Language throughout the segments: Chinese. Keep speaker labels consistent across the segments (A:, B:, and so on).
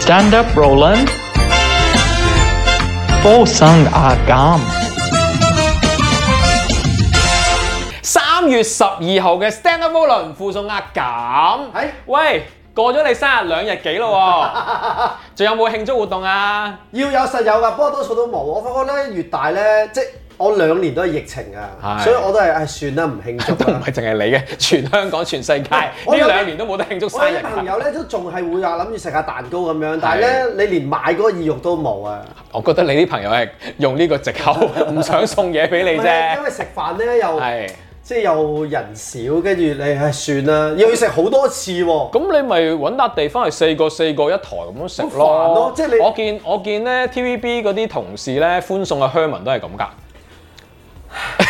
A: Stand up, Roland. Four sung Ah a gum.
B: 三月十二號嘅 Stand Up Volun 附送壓減。
C: 係
B: 喂，過咗你生日兩日幾咯 喎，仲有冇慶祝活動啊？
C: 要有實有㗎，不過多數都冇。我發覺咧越大咧，即係我兩年都係疫情啊，
B: 係
C: 所以我都係唉算啦，唔慶祝
B: 都唔
C: 啦。
B: 係淨係你嘅，全香港、全世界呢
C: 我有
B: 兩年 都冇得慶祝
C: 我
B: 生
C: 有
B: 日
C: 啲朋
B: 㗎。
C: 友咧都仲係會話諗住食下蛋糕咁樣，但係咧你連買嗰個意欲都冇啊！
B: 我覺得你啲朋友係用呢個藉口，唔想送嘢俾你
C: 唔係因
B: 啫。
C: 為食飯咧又
B: 係，
C: 即係又人少，跟住你唉算啦，又要食好多次喎。
B: 咁你咪揾笪地方係四個四個一台咁樣食
C: 好煩
B: 咯
C: 咯。即係你
B: 我見我見咧 TVB 嗰啲同事咧歡送嘅 Herman 都係咁㗎。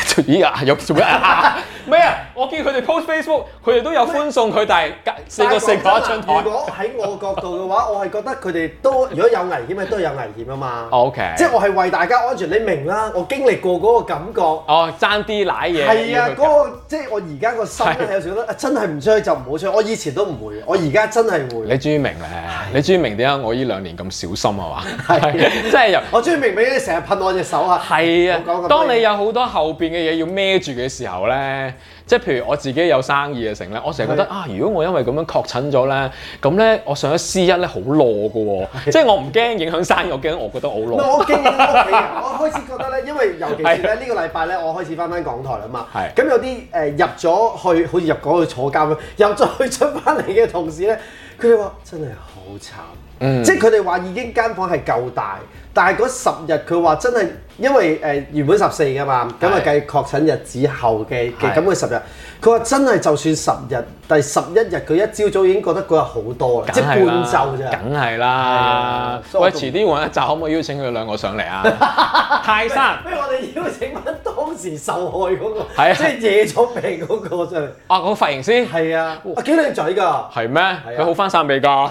B: 咦啊！有做咩啊？咩啊？我見佢哋 post Facebook，佢哋都有歡送佢，但係隔四個四個一張
C: 但係講真
B: 台
C: 啊如。果喺我角度嘅話，我係覺得佢哋都如果有危險嘅都係有危險啊嘛。
B: 哦 OK，
C: 即係我係為大家安全，你明啦。我經歷過嗰個感覺。
B: 哦爭啲奶嘢。
C: 係
B: 要，
C: 啊
B: 佢搞
C: 嗰個即係我而家個心咧，有時覺得啊真係唔出去就唔好出去。我以前都唔會，我而家真係會。
B: 你終於明咧，你終於明點解我呢兩年咁小心啊嘛？係， 即係由
C: 我終於明明你成日噴我隻手啊！
B: 係
C: 冇講咁
B: 啊。
C: 多
B: 當你有好多後邊嘅嘢要孭住嘅時候咧，即係譬如我自己有生意嘅成咧，我成日覺得
C: 係
B: 啊，如果我因為咁樣確診咗咧，咁咧我上咗 C 一咧好攞㗎喎，即係我唔驚影響生意，我驚我覺得我好
C: 唔
B: 攞。
C: 係我經營屋企人，我開始覺得咧，因為尤其是咧呢個禮拜咧，我開始翻翻港台啦嘛。
B: 係
C: 咁有啲誒入咗去，好似入港去坐監咁， 入咗去出翻嚟嘅同事咧，佢哋話真係好慘。
B: 嗯
C: 即係佢哋話已經間房係夠大，但係嗰十日佢話真係因為誒、呃原本十四㗎嘛，咁啊
B: 係
C: 計確診日子後嘅嘅
B: 係
C: 咁嘅十日，佢話真係就算十日，第十一日佢一朝早已經覺得嗰日好多啦，即係半晝咋。
B: 梗係
C: 啊
B: 啦。
C: 所以
B: 喂，
C: 我都
B: 遲啲揾一集可唔可以邀請佢兩個上嚟 啊？泰山
C: 不如我哋邀請翻當時受害嗰、個，
B: 係啊
C: 即係惹咗病嗰個上嚟。
B: 啊，個髮型師
C: 係啊，啊幾靚仔㗎，
B: 係咩？
C: 啊
B: 佢好翻晒未 㗎？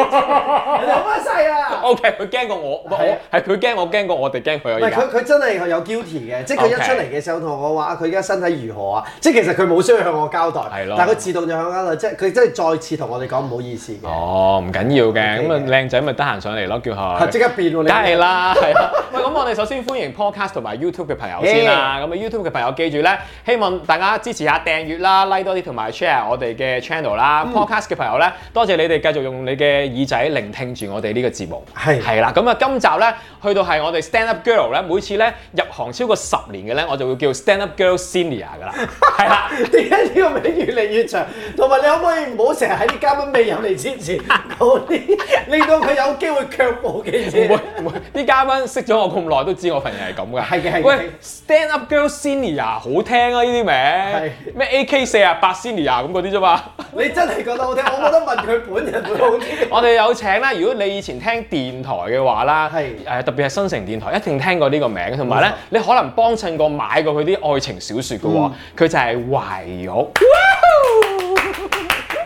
C: 人哋好翻細啊！
B: O K，佢驚過我，唔係
C: 係啊
B: 我係佢驚我驚過我哋驚佢啊！而
C: 唔係
B: 家
C: 佢佢真係有 guilty 嘅，即係佢一
B: OK
C: 出嚟嘅時候同我話啊，佢而家身體如何啊？即係其實佢冇需要向我交代，
B: 係咯
C: 但係佢自動就向我交代，即係佢真係再次同我哋講唔好意思嘅，
B: 哦，唔緊要嘅，
C: OK
B: 咁啊
C: 嘅
B: 靚仔咪得閒上嚟咯，叫
C: 係
B: 佢
C: 即。刻變喎
B: 梗
C: 你。
B: 係啦，係啦。喂，咁我哋首先歡迎 Podcast 同埋 YouTube 嘅朋友先啦。咁啊 YouTube 嘅朋友記住咧，希望大家支持下訂閱啦、like 多啲同埋 share 我哋嘅 channel 啦。Podcast
C: 嗯
B: 嘅朋友咧，多謝你哋繼續用你嘅耳仔聆聽住我哋呢個節目。
C: 係
B: 係啦，咁啊今集咧去到係我哋 Stand Up Girl 咧，每次咧入行超過十年嘅咧，我就會叫 Stand Up Girl Senior 㗎啦。係啦。
C: 點解呢個名越嚟越長？同埋你可唔可以唔好成日喺啲嘉賓未入嚟之前講啲令到佢有機會卻步嘅
B: 唔會
C: 嘢？
B: 唔會，啲嘉賓識咗我咁耐都知我份人係咁噶。
C: 係嘅係嘅係嘅
B: 喂，Stand Up Girl Senior 好聽啊，呢啲名咩 AK 四啊八 Senior 咁嗰啲啫 嘛。
C: 你真係覺得好聽，我覺得問佢本人會好啲。
B: 我哋有請啦，如果你以前聽電台嘅話啦，
C: 係
B: 誒特別係新城電台，一定聽過呢個名，同埋咧你可能幫襯過買過佢啲愛情小説嘅
C: 嗯
B: 喎，佢、就係懷 玉，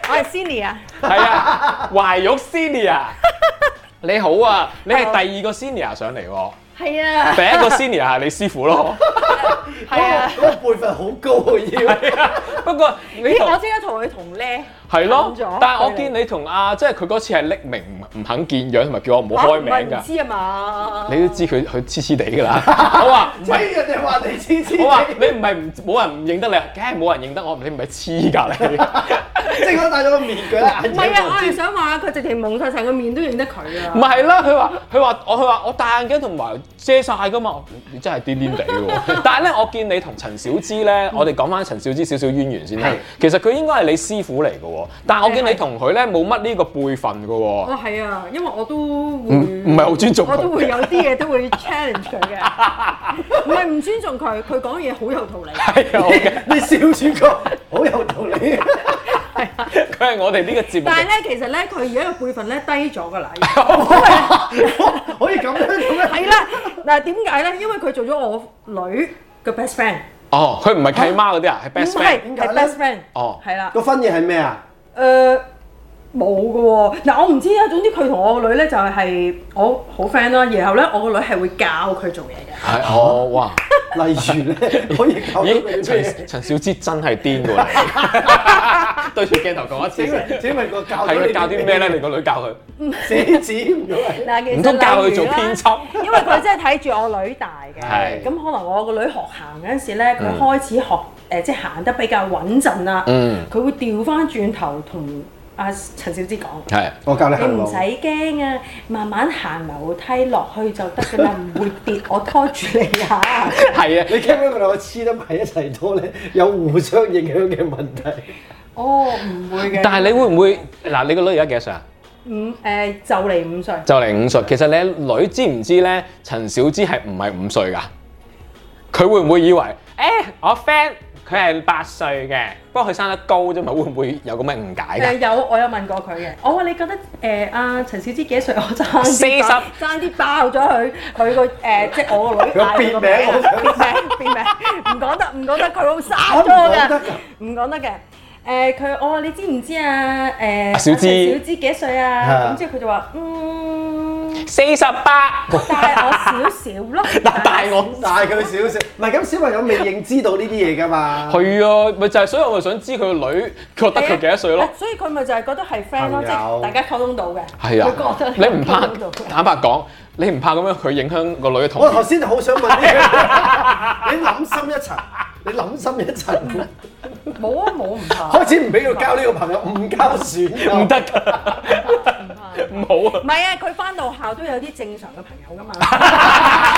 D: 我係 Cindy 啊，
B: 係啊，懷玉 Senior。你好啊，你係第二個 Senior 上嚟喎，
D: 係啊
B: 第，一個 Senior 係你師傅 咯。
D: 係啊。
C: 嗰個輩份好高啊要。
B: 係啊，不過你
D: 咦，
B: 同
D: 我即刻同佢同咧，
B: 係咯
D: 講咗，
B: 但係我見你同阿即係佢嗰次係匿名唔唔肯見樣，同埋叫我唔好開名
D: 嚇唔係唔
B: 㗎。
D: 知啊嘛，
B: 你都知佢佢黐黐地㗎 啦。我話唔
C: 即
B: 係，
C: 係人哋話你黐
B: 我話
C: 黐
B: 你唔係唔冇人唔認得你，梗係冇人認得我，你唔係黐㗎你。
C: 地，即係我戴咗個面具啦，眼
D: 唔係
C: 鏡
D: 啊，我
C: 望
D: 係
C: 住。
D: 想話佢直情蒙晒成個面都認得佢
B: 唔
D: 啊。
B: 係啦，佢話佢話我佢話我戴眼鏡同埋遮晒㗎嘛，我你真係癲癲地 喎。但係咧，我見你同陳小芝
D: 嗯
B: 咧，我哋講翻陳小芝少少淵源先啦
C: 係。
B: 其實佢應該係你師傅嚟㗎喎，但係我見
D: 係
B: 你
D: 係
B: 同佢咧冇乜呢個輩分㗎喎。
D: 哦，係啊，因為我都會
B: 唔唔係好尊重佢
D: 嗯我都會有啲嘢都會 challenge 佢嘅，唔係唔尊重佢，佢講嘢好有 道理。
B: 係啊，我嘅。
C: 你笑住個，好有道理。
B: 佢係我哋呢個節目
D: 但
B: 嘅。
D: 係咧，其實咧，佢而家嘅輩份咧低咗㗎啦。
C: 可以咁樣咁樣。
D: 係啦，嗱點解咧？因為佢做咗我女嘅 best friend，
B: 哦，佢唔係契媽嗰啲啊，係
D: 唔
B: best friend。
D: 係
C: 點
D: 係
C: 解咧
D: best friend。
B: 哦
D: 係啦。
C: 個分野係咩啊？
D: 誒呃冇嘅喎，嗱我唔知啊，總之佢同我個女咧就係我好 friend 啦，然後咧我個女係會教佢做嘢嘅，
B: 係哦，哇！哦
C: 例如咧，可以搞到佢
B: 咦，
C: 啲咩？
B: 陳陳小芝真係癲㗎喎你， 對住鏡頭講一次
C: 請
B: 先，
C: 問請問個教
B: 係佢教啲 咩咧？你個女教佢，
C: 寫字唔用係
D: 嗱其
B: 唔通教佢做
D: 例如啦
B: 編輯？
D: 因為佢真係睇住我女大嘅，
B: 係
D: 咁可能我個女學行嗰陣時咧，佢開始學誒、即係行得比較穩陣啦，佢、
B: 嗯
D: 會調翻轉頭同阿陳小 芝講。
B: 係。
C: 我教你
D: 你
C: 行
D: 唔
C: 路
D: 使。驚啊，慢慢行樓梯落去就得㗎啦，唔會跌，我拖住你嚇。
B: 係啊，
C: 你驚唔驚佢兩個黐得埋一齊多咧？有互相影響嘅問題。
D: 哦，唔會嘅。
B: 但係你會唔會嗱？你個女而家幾多歲啊？
D: 五誒、就嚟五歲，
B: 就嚟五歲。其實你女知唔知咧？陳小芝係唔係五歲㗎？佢會唔會以為誒、我 friend 佢係八歲嘅，不過佢生得高啫嘛？會唔會有咁嘅誤
D: 誒、
B: 解㗎？
D: 呃有我有問過佢嘅，我話你覺得誒阿、陳小芝幾多歲？我爭啲
B: 四十
D: 爆爭啲爆咗佢，佢個誒即係我個女
C: 佢
D: 嗌佢個
C: 變名我想
D: 變名變名，唔講得唔講得，佢好殺咗
C: 我唔講得㗎
D: 我嘅，唔講得嘅。誒佢、我話你知唔知啊？誒、
B: 阿小芝
D: 陳小芝幾多歲啊？
C: 啊
D: 咁之後佢就話嗯。
B: 四十 八，，
D: 大我少少咯啊
B: 嗱 大我
C: 大佢少少，唔係咁小朋友未認知道呢啲嘢㗎嘛。
B: 係啊，咪就係所以我咪想知佢個女覺得佢幾多歲咯。
D: 所以佢咪就係覺得係 friend 咯，
C: 朋友
D: 即係大家溝通到嘅。
B: 係啊
D: 佢覺得，
B: 你唔怕
D: 溝通到
B: 坦白講，你唔怕咁樣佢影響個女嘅童
C: 我頭
B: 年？
C: 先好想問呢樣，你諗深一層，你諗深一層，
D: 冇啊冇唔怕，
C: 開始唔俾佢交呢個朋友，唔交選友
B: 唔得㗎，唔好啊！
D: 唔係啊，佢翻到校都有啲正常嘅朋友噶嘛。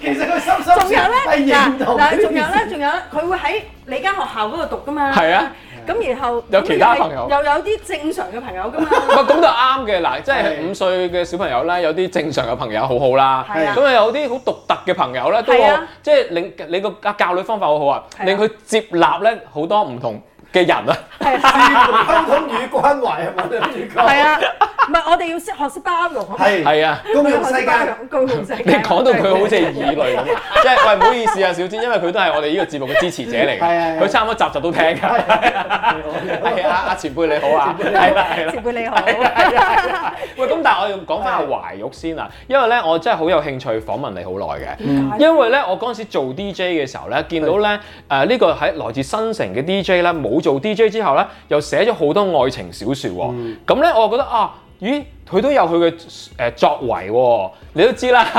C: 其實佢深深
D: 仲有
C: 係
D: 咧，嗱
C: 認同呢
D: 嗱，
C: 件事
D: 仲有咧，仲有呢佢會喺你間學校嗰度讀噶嘛。
B: 係啊。
D: 咁然後
B: 有其他
D: 咁
B: 朋友
D: 又有啲正常嘅朋 友噶嘛。
B: 唔係咁就啱嘅嗱，即係
C: 係
B: 五歲嘅小朋友咧，有啲正常嘅朋友好好啦，
D: 係
C: 啊
B: 咁啊有啲好獨特嘅朋友咧，都
D: 係
B: 好
D: 啊
B: 即係令你個教女方法好好啊
D: 係，啊
B: 令佢接納咧好多唔同嘅人啊，
D: 係啊
C: 溝通與關懷係咪諗住講？
D: 係啊，唔係我哋要識學識包容。
C: 係
B: 係啊。
C: 公用世界，，
D: 公用世界。
B: 你講到佢好似係異 類咁，即係喂唔好意思啊，小芝，因為佢都係我哋呢個節目嘅支持者嚟嘅，
C: 係係係啊
B: 佢差唔多集集都聽㗎。係啊，阿前輩你好啊， 係啦係啦啊
D: 前。輩你好。
B: 喂，咁但係我要講翻阿懷玉先啊，因為咧我真係好有興趣訪問你好耐嘅。
D: 嗯
B: 因為咧，我嗰陣時做 DJ 嘅時候咧，見到咧誒呢個喺來自新城嘅 DJ 咧，冇做 DJ 之後咧，又寫咗好多愛情小説喎。咁咧、我又覺得啊，咦，佢都有佢嘅誒作為喎。你都知啦，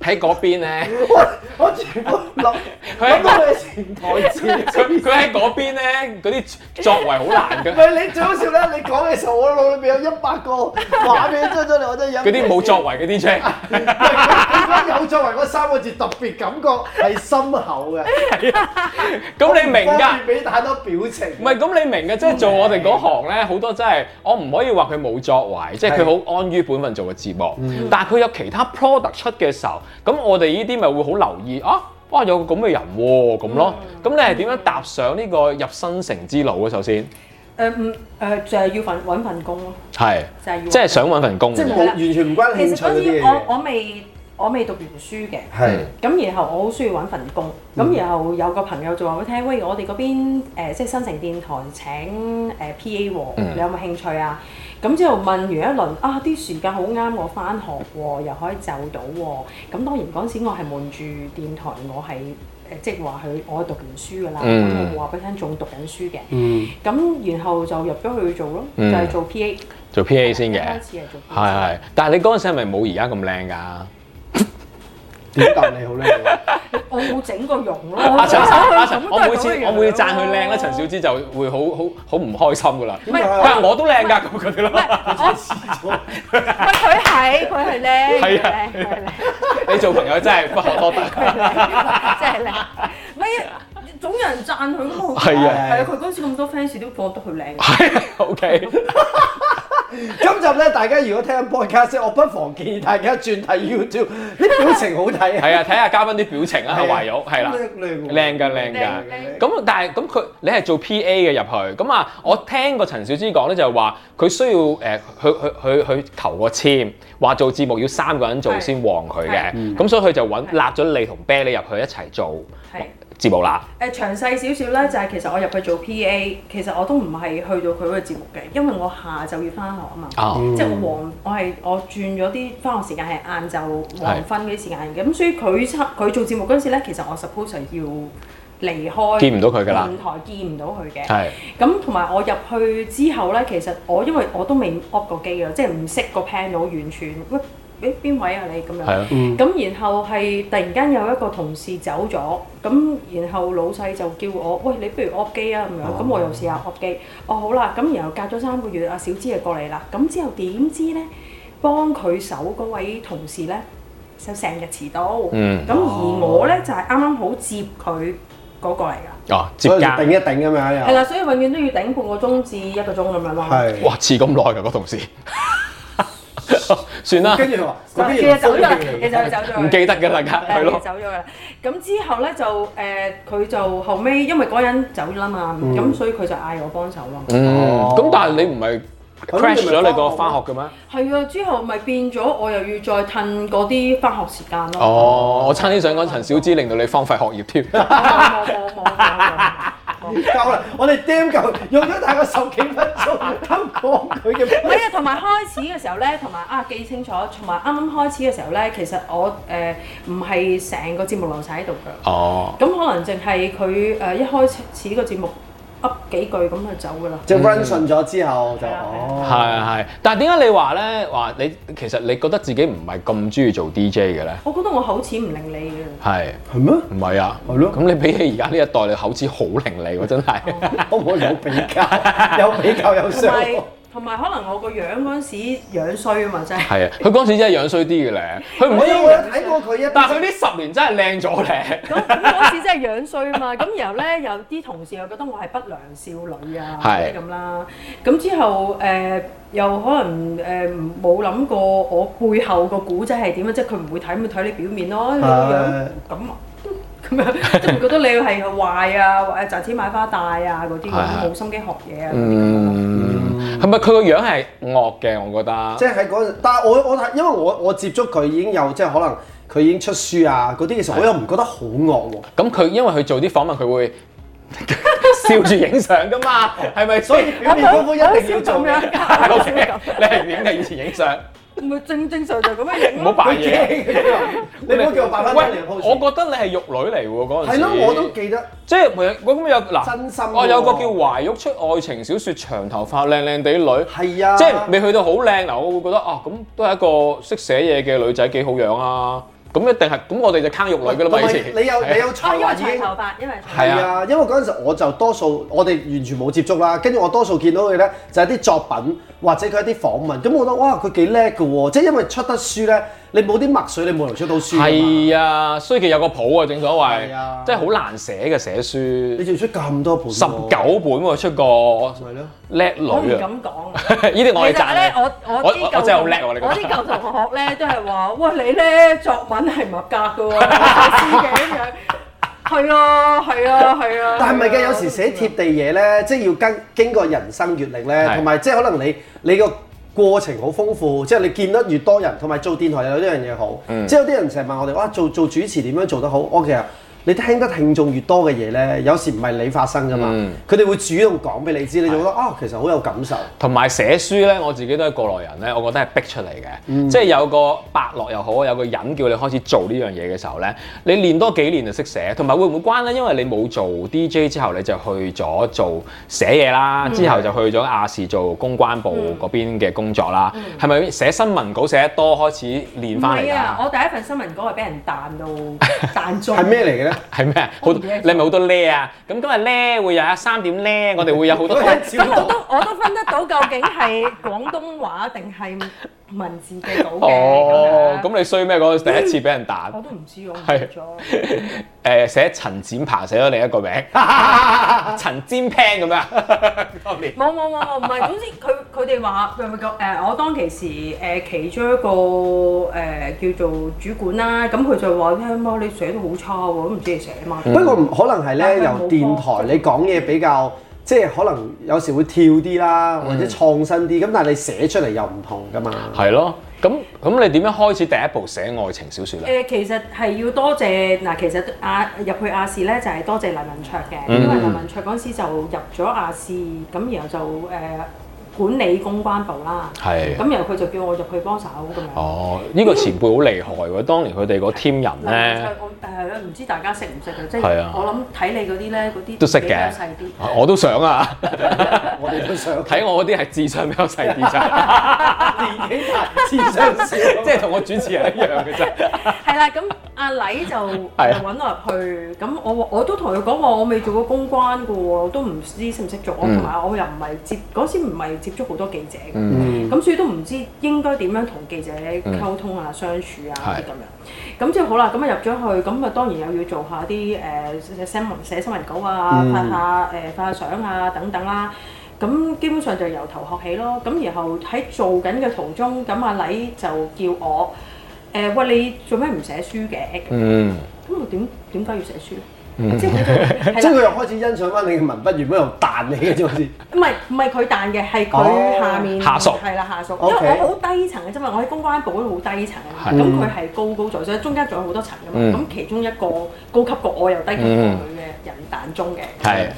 B: 喺嗰邊咧，
C: 我我全部諗諗到你前台詞。
B: 佢佢喺嗰邊咧，嗰啲作為好難
C: 唔
B: 嘅。
C: 係你最好笑咧！你講嘅時候，我腦裏邊有一百個畫面出咗嚟，我真係
B: 嗰啲冇作
C: 為。
B: 為嘅 DJ，
C: 佢講有作為嗰三個字特別感覺係深厚嘅。
B: 咁你明
C: 唔
B: 㗎
C: 方？便俾太多表情。
B: 唔係咁，你明嘅，即係做我哋嗰行咧，好多真係我唔可以話佢冇作為，即係佢好安於本分做嘅節目。
D: 嗯
B: 但係佢有其他 product 出嘅時候，咁我哋呢啲咪會好留意啊！哇，有個咁嘅人喎、咁咯。
D: 嗯
B: 咁你係點樣踏上呢個入新城之路啊？首先
D: 誒唔誒，就係要份揾份工咯，
B: 係，
D: 就係要。
B: 即係想揾份工
C: 即係
B: 嘅。
C: 冇完全唔關
D: 其
C: 興
D: 實
C: 趣
D: 嗰
C: 嗰啲
D: 時
C: 嘢
D: 我
C: 嘅。
D: 我未我未讀完書嘅，
C: 係
D: 咁然後我好需要揾份工，咁、
B: 嗯
D: 然後有個朋友就話俾我聽，喂，我哋嗰邊、呃、即係新城電台請誒、呃 PA 喎，
B: 嗯
D: 你有冇興趣啊？咁之後問完一輪，啊啲時間好啱我翻學喎，又可以就到喎，咁當然嗰陣時我係瞞住電台，我係誒即係話佢我讀完書㗎啦，咁、
B: 嗯
D: 我話俾佢聽仲讀緊書嘅，
C: 嗯
D: 咁然後就入咗去做咯，
B: 嗯
D: 就係做 PA
B: 做 PA 先嘅，
D: 開始係做 PA
B: 係係。但係你嗰陣時係咪冇而家咁靚㗎？
C: 點答你好咧？
D: 我冇整過容咯。
B: 阿陳
D: 我
B: 生，
D: 走去
B: 阿陳
D: 咁，都
B: 我
D: 係
B: 每次
D: 嗰樣
B: 我每次讚佢靚
D: 咯
B: 咧，陳小芝就會好好好唔開心㗎啦。
D: 唔係
B: 佢話我都靚㗎咁嗰啲
D: 唔係
B: 咯。
D: 我唔係佢係佢係靚，佢係靚，佢
B: 啊
D: 係靚，
B: 你做朋友真係不可多得。
D: 佢係靚，真係靚。唔係總有人讚佢咁好。
B: 係啊
D: 係啊，佢嗰陣時咁多 fans 都覺得佢靚。
B: 係 OK，
C: 今集咧，大家如果聽 podcast，我不妨建議大家轉睇 YouTube，啲表情好睇啊！
B: 係啊，睇下嘉賓啲表情啊，
C: 係啊
B: 懷玉係啦，
C: 靚
B: 靚㗎靚㗎。咁但係咁佢你係做 P.A. 嘅入去，咁啊我聽過陳小芝講咧就係話佢需要誒去去去去求個簽，話做節目要嗯三個人做先旺佢嘅，咁所以佢就揾揦咗你同啤你入去一齊做，
D: 係
B: 節目啦。
D: 誒詳細少少咧，就係、其實我入去做 P.A.，其實我都唔係去到佢嗰個節目嘅，因為我下晝要翻學啊嘛。
B: 啊，
D: 即係我黃，我係我轉咗啲翻學時間係晏晝黃昏嗰啲時間嘅，咁所以佢測佢做節目嗰陣時咧，其實我 suppose 係要離開
B: 見唔到佢㗎啦
D: 電台見唔到佢嘅。
B: 係
D: 咁同埋我入去之後咧，其實我因為我都未 up 過機啊，即係唔識個 panel 完全，喂誒邊位啊你咁樣
B: 係。啊，
D: 咁然後係突然間有一個同事走咗，咁然後老細就叫我，喂，你不如 off 機啊咁樣，咁我又試下 off 機，哦好啦，咁然後隔咗三個月，阿小芝就過嚟啦，咁之後點知呢？幫佢手嗰位同事呢，就成日遲到，咁、
B: 嗯
D: 而我呢，就係啱啱好接佢嗰個嚟㗎，
B: 哦，接家，
C: 所以就頂一頂咁樣又。
D: 係啦，所以永遠都要頂半個鐘至一個鐘咁樣咯。
C: 係。
B: 哇，遲咁耐㗎個 同事，算啦，
D: 其
C: 跟住佢話，嗰啲人
D: 實走咗啦，
C: 瘋嘅嚟嘅。
D: 其實佢走咗啦
B: 唔記得㗎啦，係
D: 係
B: 咯，
D: 走咗㗎啦。咁之後咧就誒，呃佢、就後尾因為嗰個人走咗啦嘛，咁、所以佢就嗌我幫手咯。
B: 嗯，咁但係你唔係
C: 哦咁你咪
B: crash 咗你個翻
C: 返
B: 學
C: 學
B: 嘅咩？
D: 係啊，之後咪變咗我又要再褪嗰啲返學時間咯。
B: 哦，我差啲想講陳小芝令到你荒廢學業添，
D: 冇冇冇冇冇。
C: 夠啦，我哋釘夠，用咗大概十幾分鐘，都講佢嘅-
D: 唔係啊，同埋開始嘅時候咧，同埋啊記清楚，同埋啱啱開始嘅時候咧，其實我誒唔係成個節目留晒喺度㗎。
B: 哦，
D: 咁可能淨係佢呃誒一開始個節目噏幾句咁就走㗎啦。
C: 就run 順咗之後就，
D: 係啊，
C: 哦。
B: 係係，但係點解你話咧話你其實你覺得自己唔係咁中意做 DJ 嘅咧？
D: 我覺得我口齒唔伶俐嘅。
B: 係唔係啊？
C: 係咯
B: 咁你比起而家呢一代，你口齒好伶俐喎，真 係。
D: 同
C: 哦係咩？我冇有比較，有比較有傷。
D: 埋同埋可能我個樣嗰陣時樣衰啊嘛，真係。
B: 係啊，佢嗰陣時真係樣衰啲嘅咧，佢唔知，
C: 我有睇過佢一啲啊
B: 但係佢呢十年真係靚咗咧。
D: 咁咁嗰陣時真係樣衰啊嘛，咁然後咧有啲同事又覺得我係不良少女啊
B: 係
D: 咁啦，咁之後誒、呃又可能誒冇諗過我背後個古仔係點啊，即係佢唔會睇咪睇你表面咯，你個樣咁啊咁樣，即係會覺得你係壞啊，或者賺錢買花戴啊嗰啲，
B: 係
D: 冇心機學嘢啊嗰啲咁咯。
B: 嗯，係咪佢個樣係惡嘅？我覺得
C: 即。係喺嗰陣，但係我我睇，因為我我接觸佢已經有即係可能佢已經出書啊嗰啲嘅時候，我又唔覺得好惡喎，
B: 咁佢因為佢做啲訪問，佢會 笑住影相噶嘛，係咪？
C: 所以表面功夫一定要做
D: 咁
C: 嘅。
D: 樣㗎，
B: O
D: 好
B: K，
D: 少咁
B: 你係點嘅？以前影 相，
D: 咪正正常常咁樣影
B: 唔好
D: 咯。
B: 扮
C: 佢
B: 嘢。
C: 驚，你唔好叫我扮翻
B: 喂
C: 真人 pose。
B: 我覺得你係玉女嚟喎嗰陣時。
C: 係咯，我都記得
B: 即係我有我咁有嗱，
C: 真心喎
B: 我有個叫懷玉出愛情小説，長頭髮靚靚地女。
C: 係啊，
B: 即係未去到好靚嗱，我會覺得啊，咁都係一個識寫嘢嘅女仔，幾好樣啊！咁一定係咁，我哋就坑肉女噶啦嘛，以
C: 同埋
B: 前
C: 你有
B: 係啊
C: 你有
D: 哦，
C: 才
D: 因
C: 華
D: 為
C: 已
D: 長
C: 經
D: 頭髮，因為長頭髮
B: 係
C: 係
B: 啊
C: 啊，因為嗰陣時我就多數我哋完全冇接觸啦，跟住我多數見到佢咧就係啲作品或者佢一啲訪問，咁我覺得哇佢幾叻㗎喎，即係因為出得書咧，你冇啲墨水你冇人出到書㗎啊嘛
B: 係啊，衰嘅有個譜啊，正所謂
C: 係，啊
B: 真係好難寫嘅寫書，
C: 你
B: 十
C: 仲出咁多本喎，
B: 九本喎出過
C: 咪咯。
B: 叻
D: 我唔
B: 女啊！
D: 敢講啊。
B: 呢啲我係
D: 其實咧，
B: 讚
D: 我我
B: 我
D: 啲
B: 我
D: 舊
B: 真係好
D: 同
B: 叻喎你覺得
D: 我啲舊同學咧都係話：，哇，你咧作文係唔合格 嘅喎，試嘅咁樣。係啊，係啊，係啊。
C: 但係唔係嘅，有時寫貼地嘢咧，即係要跟經過人生閲歷
B: 係
C: 咧，同埋即係可能你你個過程好豐富，即係你見得越多人，同埋做電台有呢樣嘢好。
B: 嗯
C: 即係有啲人成日問我哋哇，做做主持點樣做得好？我其實你聽得聽眾越多嘅嘢咧，有時唔係你發生㗎嘛
B: 嗯，
C: 佢哋、會主動講俾你知，你就覺得啊，其實好有感受。
B: 同埋寫書咧，我自己都係過來人咧，我覺得係逼出嚟嘅，
C: 嗯
B: 即係有個伯樂又好，有個人叫你開始做呢樣嘢嘅時候咧，你練多幾年就識寫，同埋會唔會關咧？因為你冇做 DJ 之後，你就去咗做寫嘢
C: 嗯
B: 啦，之後就去咗亞視做公關部嗰邊嘅工作啦，係咪、寫新聞稿寫得多開始練
D: 嗯唔
B: 翻嚟
D: 係啊！
B: 㗎？
D: 我第一份新聞稿係俾 人彈到彈中。
C: 係？咩嚟嘅咧？。
B: 係咩？好，
D: 我唔記得咗
B: 你咪好多咧啊！咁今日咧會有一三點咧，我哋會有好多
D: 咁 我都我都分得到究竟係廣東話定係文字嘅稿嘅
B: 哦，
D: 咁樣。啊
B: 咁你衰咩？嗰第一次俾人打。
D: 我都唔知，我唔
B: 係
D: 記得咗。
B: 誒寫陳展鵬寫咗另一 個名，陳展 pan 咁樣，當年
D: 冇冇冇冇，唔係，總之佢 佢哋話咪咪個誒，我當其時誒、其中一個誒、叫做主管啦，咁佢就話咧媽你寫得好差喎，都唔知你寫嘛。
B: 嗯
C: 不過唔可能係咧，
D: 但係冇
C: 由電台
D: 幫
C: 你講嘢比較，即係可
B: 嗯
C: 能有時會跳啲啦，或者創新啲。咁但係你寫出嚟又唔同噶嘛。
B: 係咯。咁咁你點樣開始第一步寫愛情小説
D: 誒、
B: 咧？
D: 其實係要多謝嗱，其實亞入去亞視咧就係、多謝黎文卓嘅，
B: 嗯
D: 因為黎文卓嗰陣時就入咗亞視，咁然後就誒、管理公關部啦，
B: 係
D: 咁然後佢就叫我入去幫手咁樣。
B: 哦，呢個前輩好厲害喎！當年佢哋嗰 team 人
D: 黎文卓
B: 咧，
D: 我誒唔知大家識唔識啊？即係
B: 係啊
D: 我諗睇你嗰啲咧，嗰啲
B: 都識
D: 比較
B: 嘅
D: 細啲。
B: 我都想啊！
C: 我哋都想
B: 睇我嗰啲係智商比較細啲 咋，
C: 年紀大，智商少，
B: 即係同我主持人一樣嘅啫。
D: 係啦，咁阿禮就誒
B: 係啊
D: 揾我入去，咁我我都同佢講話，我未做過公關嘅喎，我都唔知識唔識做，我同埋我又唔係接嗰時唔係接觸好多記者嘅，
C: 嗯
D: 咁所以都唔知應該點樣同記者溝通啊、相處啊
C: 嗯
B: 係
D: 啲咁樣。咁之後好啦，咁啊入咗去，咁啊當然又要做下啲誒寫文寫新聞稿啊、
C: 嗯
D: 拍下誒拍下相啊等等啦。咁基本上就由頭學起咯。咁然後喺做緊嘅途中，咁阿禮就叫我。誒、喂，你做咩唔寫書嘅？咁
B: 嗯，
D: 我點點解要寫書？即係佢就
C: 即係
D: 係
C: 佢
D: 啦，
C: 又開始欣賞翻你嘅文筆，原本又彈你嘅啫，好似
D: 唔係唔係佢彈嘅，係
C: 哦
D: 佢下面
B: 下屬
D: 係啦下屬，因
C: OK
D: 為我好低層嘅啫嘛，我喺公關部都好低層嘅，咁佢係高高在上，中間仲有好多層噶嘛，
B: 嗯
D: 咁其中一個高級過我又低級過
B: 嗯
D: 佢嘅人彈中嘅，
B: 係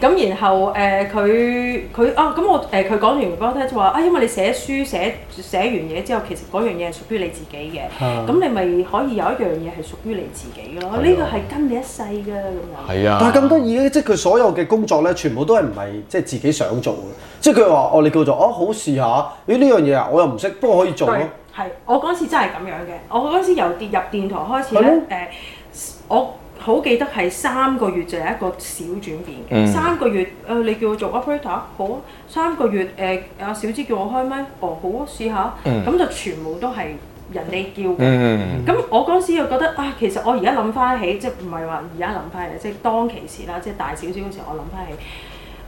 D: 咁然後誒佢佢啊咁我誒佢講完俾我聽就話啊，因為你寫書寫寫完嘢之後，其實嗰樣嘢係屬於你自己嘅，
C: 啊
D: 咁你咪可以有一樣嘢係屬於你自己咯。呢個係跟你一世㗎咁樣。
B: 係啊。
C: 但係咁得意嘅，即係佢所有嘅工作咧，全部都係唔係即係自己想做嘅，即係佢話哦，你叫做哦好試下，咦呢樣嘢啊，我又唔識，不過可以做咯
D: 對，。係我嗰陣時真係咁樣嘅。我嗰陣時由電入電台開始
C: 係
D: 咧，
C: 咯
D: 誒、我好記得係三個月就有一個小轉變嘅。
B: 嗯
D: 三個月誒、呃你叫我做 operator 好啊。三個月誒，阿、小芝叫我開咪，哦好啊，試下。咁、
B: 嗯
D: 就全部都係人哋叫嘅。
B: 嗯，
D: 咁我嗰時又覺得啊，其實我而家諗翻起，即係唔係話而家諗翻起，即係當其時啦，即係大少少嘅時候，我諗翻起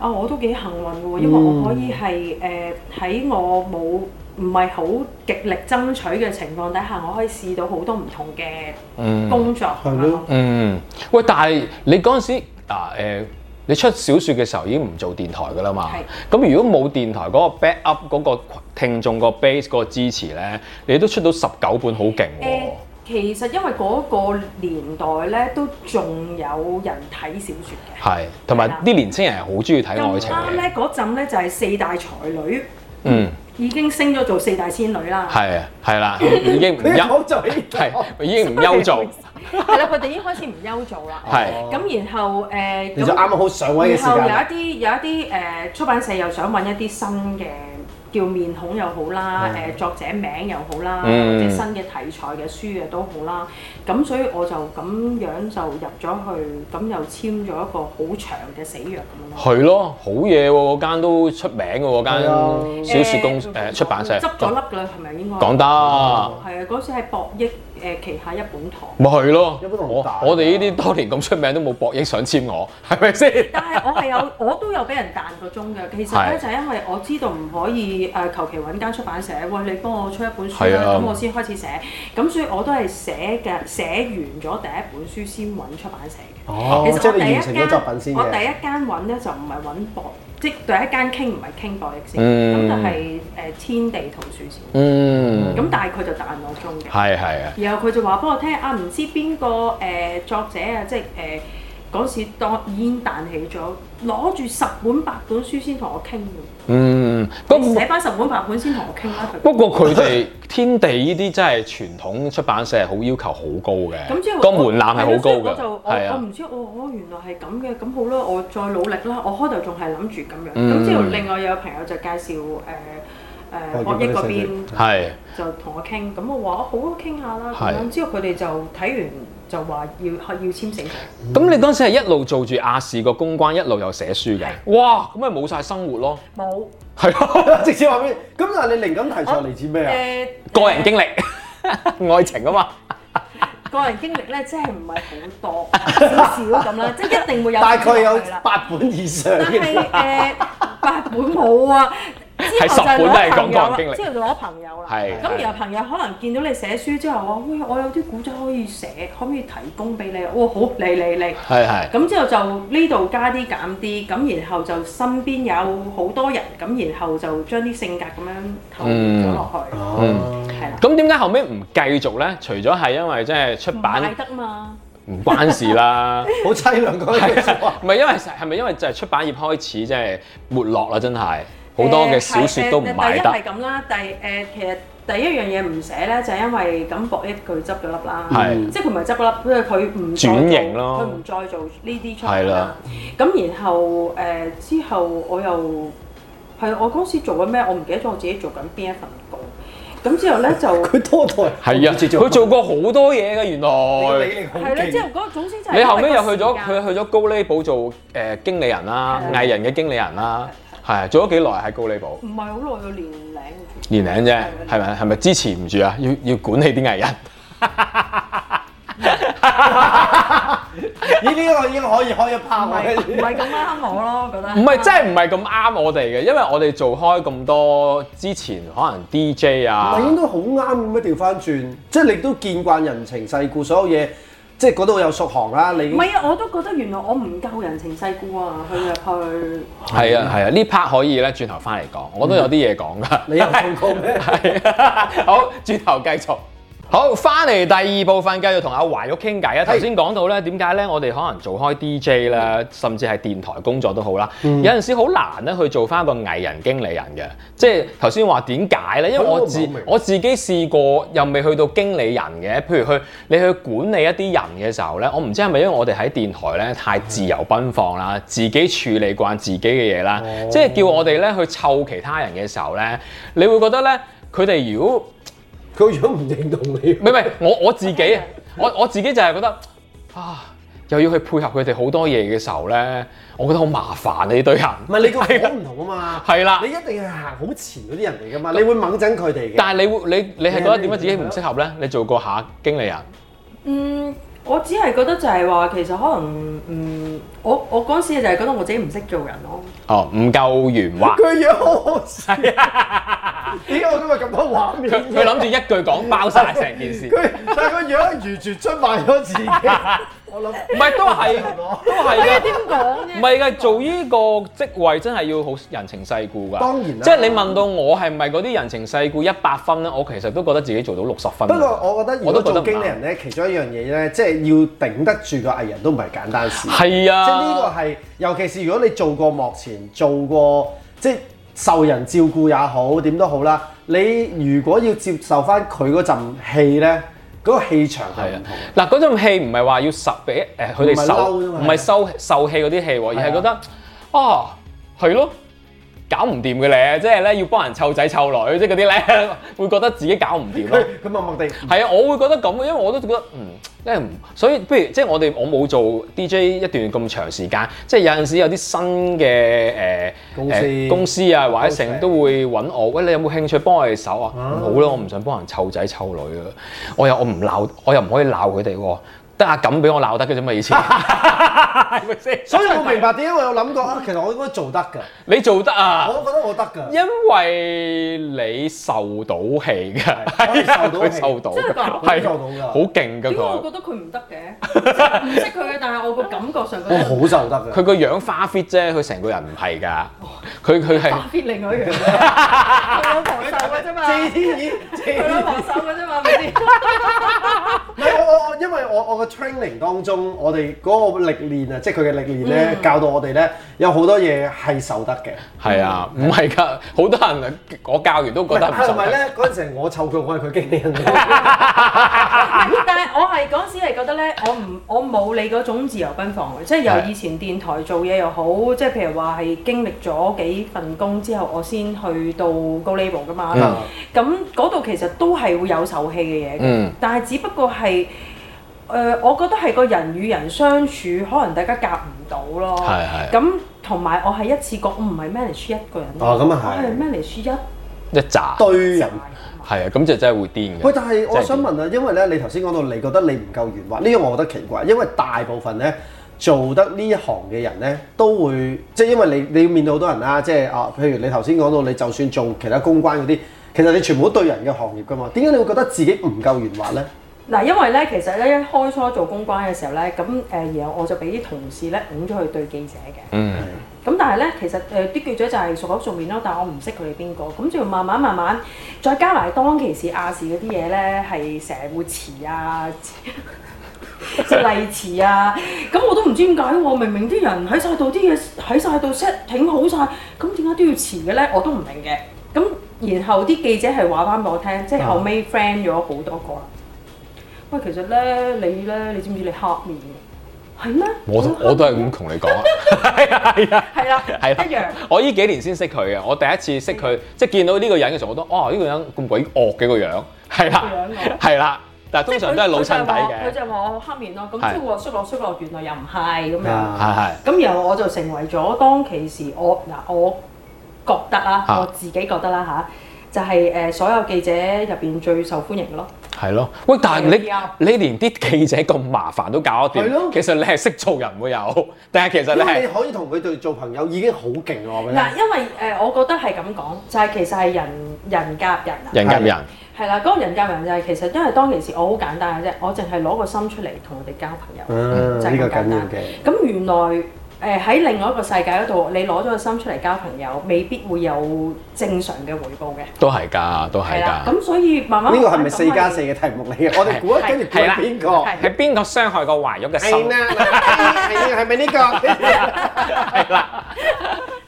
D: 啊，我都幾幸運嘅喎，因為
B: 嗯
D: 我可以係誒喺我冇唔係好極力爭取嘅情況底下，我可以試到好多唔同嘅工作。
C: 係咯
B: 嗯，喂，但係你嗰陣時啊誒、你出小説嘅時候已經唔做電台噶啦嘛。咁如果冇電台嗰個 back up 嗰個聽眾個 base 嗰個支持咧，你都出到十九本好勁
D: 誒、
B: 喎。
D: 呃其實因為嗰個年代咧，都仲有人睇小説嘅。
B: 係，同埋啲年青人係好中意睇愛
D: 咁
B: 情
D: 啱
B: 嘅。
D: 咧，嗰陣咧就係四大才女
B: 嗯，
D: 已經升咗做四大仙女啦。
B: 係啊，係啦，已經唔
C: 你唔好
B: 休，
C: 就呢度
B: 係已經唔休做，
D: 係啦，佢哋已經開始唔憂做啦。
B: 係
D: 咁然後誒，
C: 你就啱啱好上位嘅時
D: 然後有
C: 間。
D: 一啲有一啲誒、出版社又想揾一啲新嘅叫面孔又好啦，誒、作者名又好啦，
B: 嗯
D: 或者新嘅題材嘅書嘅都好啦。咁所以我就咁樣就入咗去，咁又簽咗一個好長嘅死約咁樣咯。
B: 係咯，好嘢喎！嗰間都出名嘅喎，
C: 係啊
B: 間小説公
D: 誒
B: 誒出版社
D: 執咗粒㗎啦，係咪應該？
B: 講得。
D: 係啊，嗰時係博益誒、旗下一本堂。
B: 咪係咯，
C: 有冇同
B: 我
C: 大啊
B: 我哋呢啲當年咁出名都冇博益想簽我，係咪 先？
D: 但係我係有，我都有俾人彈個鐘嘅。其實咧
B: 係
D: 就係因為我知道唔可以誒，求其揾間出版社，喂你幫我出一本書
B: 係
D: 啦，
B: 啊
D: 咁我先開始寫。咁所以我都係寫嘅，寫完咗第一本書先揾出版社嘅。
C: 哦，
D: 其
C: 即
D: 實
C: 係
D: 我第
C: 你
D: 一
C: 完成咗作品
D: 間
C: 先
D: 我第
C: 嘅。
D: 一間揾咧就唔係揾博，即係第一間傾唔係傾博益先，咁
B: 嗯
D: 就係誒天地圖書先。
B: 嗯，
D: 咁但係佢就彈我鐘嘅。
B: 係係啊，
D: 然後佢就話俾我聽啊，唔知邊個誒作者啊，即係誒嗰時當已經彈起咗，攞住十本八本書先同我傾嘅，
B: 嗯，不
D: 你寫翻十本八本先同我傾啦。佢
B: 不過佢哋天地呢啲真係傳統出版社係好要求好高嘅，
D: 咁之後
B: 個
D: 我
B: 門檻係好高
D: 係啦所以我
B: 嘅
D: 就，我
B: 係
D: 我
B: 啊，
D: 唔知我我原來係咁嘅，咁好啦，我再努力啦。我開頭仲係諗住咁樣，咁
B: 嗯
D: 之後另外有朋友就介紹誒呃
C: 我
D: 誒國益
C: 見到
D: 嗰
C: 你寫
D: 邊
B: 係
D: 就同我傾，咁我話好啊，傾下啦。咁
B: 係
D: 樣之後佢哋就睇完就話要要簽死佢。
B: 咁你嗰陣時係一路做住亞視個公關，一路又寫書嘅，哇！咁咪冇晒生活咯，
D: 冇。
B: 係啊，
C: 直接話俾你咁但係你靈感題材嚟自咩啊？
D: 誒
B: 個人經 歷、愛情啊嘛，
D: 個人經歷咧，真係唔係好多， 少少咁 啦，即係一定會有。
C: 大概有
D: 係啦
C: 八本以上
D: 但係
C: 嘅。
D: 誒八本冇啊，之後就
B: 係十本都係
D: 攞
B: 講
D: 朋友
B: 個人經
D: 啦，
B: 歷
D: 之後就攞朋友啦。
B: 係
D: 咁
B: 係
D: 然後朋友可能見到你寫書之後話：喂，我有啲古仔可以寫，可唔可以提供俾你啊？哇，好嚟嚟嚟！
B: 係係，
D: 咁之後就呢度加啲減啲，咁然後就身邊
B: 啊
D: 有好多人，咁然後就將啲性格咁樣投入咗落去。
C: 哦
D: 係啦，
B: 咁點解後尾唔繼續咧？除咗係因為即係出
D: 唔
B: 版
D: 賣得嘛，
B: 唔關事 啦，
C: 好凄涼講一句説話。
B: 唔係因為係咪因為就係出版業開始即係沒落啦？真係好多嘅小説都唔賣
D: 誒係誒
B: 得
D: 呃第一係咁啦，第誒其實第一樣嘢唔寫咧，就係因為咁博益佢執咗粒啦。
B: 係
D: 即係佢唔係執粒，因為佢唔再做
B: 轉型咯
D: 佢唔再做呢啲出
B: 係
D: 嚟
B: 啦
D: 啦。咁然後誒、呃之後我又係我嗰時做緊咩？我唔記得咗我自己做緊邊一份工。咁之後 咧就
C: 佢拖台
B: 係啊，佢做過好多嘢嘅原來。
C: 你好
D: 係啦，之後
C: 勁，
D: 嗰總之就係
B: 你後
D: 因
B: 尾
D: 為
B: 又
D: 個
B: 去咗
D: 時間
B: 佢去咗高利寶做誒經理人啦，
D: 係
B: 藝人嘅經理人啦，係啊做咗幾耐喺高利寶？
D: 唔係好耐嘅年齡，
B: 年零啫，係咪係咪支持唔住啊？要要管理啲藝人，
C: 咦？呢個已經可以開一
D: 唔係
C: 炮啊
D: 唔係咁啱我咯，覺得
B: 唔係真係唔係咁啱我哋嘅，因為我哋做開咁多之前可能 DJ
C: 唔
B: 啊
C: 係，應該好啱咁樣調翻轉，即係你都見慣人情世故，所有嘢即係嗰度有熟行啦。你
D: 唔係啊！我都覺得原來我唔夠人情世故啊！去入去
B: 係
C: 嗯
B: 啊係啊，呢 part 可以咧轉頭翻嚟講，我都有啲嘢講噶。
C: 你有報告 咩？
B: 係啊，好，轉頭繼續。好，翻嚟第二部分，繼續同阿華玉傾偈啊！頭先講到咧，點解咧？我哋可能做開 DJ 啦，甚至係電台工作都好啦。
C: 嗯
B: 有陣時好難咧去做翻一個藝人經理人嘅，即係頭先話點解咧？因為
C: 我
B: 我
C: 都唔係
B: 自
C: 好明嗯
B: 我自己試過，又未去到經理人嘅。譬如去你去管理一啲人嘅時候咧，我唔知係咪因為我哋喺電台咧太自由奔放啦，自己處理慣自己嘅嘢啦，
C: 嗯哦
B: 即係叫我哋咧去湊其他人嘅時候咧，你會覺得咧佢哋如果
C: 佢如果唔認同你
B: 唔，係唔係，我我自己，啊我我自己就係覺得啊，又要去配合佢哋好多嘢嘅時候咧，我覺得好麻煩啊！呢堆人
C: 唔係你個
B: 係啦
C: 火唔同啊嘛。
B: 係啦
C: 你一定係行好前嗰啲人嚟噶嘛，你會猛憎佢哋嘅。
B: 但係你會你你係覺得點解自己唔適合咧？你做過下經理人，
D: 嗯，我只係覺得就係話，其實可能嗯，我我嗰陣時就係覺得我自己唔識做人咯。
B: 哦，唔夠圓滑，
C: 佢樣好好笑。點解我今日咁多畫面
B: 啊佢
C: 嘅？
B: 佢諗住一句講包晒成件事，
C: 佢但係個樣完全出賣 咗自己。我諗
B: 唔係都係都係
C: 啊
B: 嘅。
D: 點講
B: 唔？係嘅，做呢個職位真係要好人情世故㗎。
C: 當然啦
B: 即係你問到我係咪嗰啲人情世故一百分咧，我其實都覺得自己做到六十分。
C: 不過我覺得如
B: 我都
C: 果
B: 覺得
C: 做
B: 唔
C: 經理人咧，其中一樣嘢咧，即係要頂得住個藝人都唔係簡單事。
B: 係啊，
C: 即係呢個係，尤其是如果你做過幕前，做過即係受人照顧也好，點都好啦。你如果要接受翻佢嗰陣氣咧，嗰、個氣場係
B: 係啊
C: 唔同。，
B: 嗱嗰陣戲唔係話要實俾誒佢
C: 唔
B: 哋
C: 係
B: 受，
C: 嬲啫嘛
B: 唔係收受氣嗰啲戲喎，
C: 係啊
B: 而係覺得啊係咯，搞唔掂嘅咧，即係咧要幫人湊仔湊女，即係嗰啲咧 會覺得自己搞唔掂咯
C: 佢。佢默默地，
B: 係啊，我會覺得咁嘅，因為我都覺得嗯，因為唔，所以不如即係我哋我冇做 DJ 一段咁長時間，即係有陣時有啲新嘅誒
C: 公司
B: 誒公司啊或者成
C: 公司
B: 都會揾我，喂你有冇興趣幫我哋手啊？
C: 啊
B: 唔好啦，我唔想幫人湊仔湊女啊，我又我唔鬧，我又唔可以鬧佢哋喎，得阿錦俾我鬧得嘅啫嘛，以 前係咪先？
C: 所以我明白點解我有諗過啊，其實我應該做得㗎，
B: 你做得啊，
C: 我覺得我得㗎。
B: 因為你受到氣㗎，
C: 係
B: 係啊
C: 我
B: 佢
C: 係受
B: 受
C: 到
B: 到
D: 氣
B: 㗎，
D: 真係㗎
B: 係
C: 我受到㗎
B: 好勁㗎
D: 點解
B: 佢
D: 我。覺得佢唔得嘅？唔識佢嘅，但係我個感覺上覺
C: 我
D: 得
C: 好受得㗎。
B: 佢個樣花 fit 啫，佢成個人唔係㗎，佢佢係
D: 打 fit 另外一樣嘢，佢老婆受嘅啫嘛，
C: 謝天意，
D: 佢
C: 謝
D: 老婆受嘅啫嘛，係咪先？
C: 唔係我我我，因為我我個 training 當中，我哋嗰個歷練啊，即係佢嘅歷練咧，
D: 嗯
C: 教到我哋咧，有好多嘢係受得嘅。
B: 係啊，唔係㗎，好多人啊我教完都覺得唔
C: 係
B: 受
C: 咪
B: 得。
C: 咧？嗰陣時我湊佢，我係佢經理人。
B: 啊
D: 但係我係嗰陣時係覺得咧，我唔我冇你嗰種自由奔放嘅，即係由以前電台做嘢又好，即係譬如話係經歷咗幾份工之後，我先去到高 level 噶嘛。
B: 嗯
D: 咁嗰度其實都係會有受氣嘅嘢，
B: 嗯
D: 但係只不過係誒、呃我覺得係個人與人相處，可能大家夾唔到咯。
B: 係係
D: 咁同埋我係一次過，我唔係 manage 一個人，
C: 哦咁啊係
D: 我係 manage 一
B: 一紮
C: 對人。
B: 係啊，咁就真係會癲嘅。，
C: 喂但係我想問啊，因為咧，你頭先講到你覺得你唔夠圓滑，呢樣我覺得奇怪，因為大部分咧做得呢一行嘅人咧，都會即係因為你你要面對好多人啦，即係啊，譬如你頭先講到你就算做其他公關嗰啲，其實你全部都對人嘅行業噶嘛，點解你會覺得自己唔夠圓滑咧？
D: 嗱，因為咧，其實咧一開呃初做公關嘅時候咧，咁誒，然後我就俾啲同事咧拱咗去對記者嘅。
B: 嗯，
D: 咁咁但係咧，其實誒啲記者就係熟口熟面咯，但我唔識佢哋邊個。咁就慢慢慢慢，再加埋當其時亞視嗰啲嘢咧，係成日會遲啊。 即係例詞啊，咁我都唔知點解喎，明明啲人喺晒度，啲嘢喺晒度 setting 好晒，咁點解都要遲嘅咧？我都唔明嘅。咁然後啲記者係話翻俾我聽，即係後尾 friend 咗好多個啦。喂，其實咧，你咧，你知唔知你黑面嘅？係咩？
B: 我我都係咁同你講啊，係啊係啊。
D: 係啦，
B: 係啦
D: 一樣。
B: 我呢幾年先識佢啊嘅，我第一次識佢，即係見到呢個人嘅時候，我都哦呢、個人咁鬼惡嘅個樣，係啦
D: 個樣惡
B: 係啦，但係通常都係老襯底
D: 佢
B: 嘅，
D: 就話我黑面咯，咁
B: 係
D: 即係我話衰落衰落，原來又唔係咁樣。
C: 啊，
B: 係係
D: 咁然後我就成為咗當其時我嗱，我覺得啦，
B: 啊
D: 我自己覺得啦吓，就係誒所有記者入邊最受歡迎咯。
B: 係咯。喂，但
D: 係
B: 係
D: 啊
B: 你你連啲記者咁麻煩都搞得
C: 係咯
B: 掂，其實你係識做人會有，但係其實你
C: 因為
B: 係
C: 你可以同佢哋做朋友已經好勁啦，我覺
D: 嗱，
C: 得。
D: 因為誒我覺得係咁講，就係其實係人人夾人啊。
B: 人夾人，
D: 係啦，嗰個人夾人就係其實因為當其時我好簡單嘅啫，我淨係攞個心出嚟同佢哋交朋友。
C: 嗯，
D: 就
C: 呢
D: 係
C: 個
D: 咁
C: 緊
D: 簡
C: 要
D: 單
C: 嘅。。
D: 咁原來呃誒喺另外一個世界嗰度，你攞咗個心出嚟交朋友，未必會有正常嘅回報嘅。
B: 都係㗎，都係
D: 係啦，
B: 㗎。
D: 咁所以慢慢
C: 呢個係咪
D: 咁
C: 四加四嘅題目嚟嘅？我哋估一跟住估
B: 係啦
C: 係邊個？
D: 係
B: 係邊個傷害過懷玉嘅
C: 係
B: 心？
C: 啦，係係咪呢個？
B: 係啦。
D: 係啦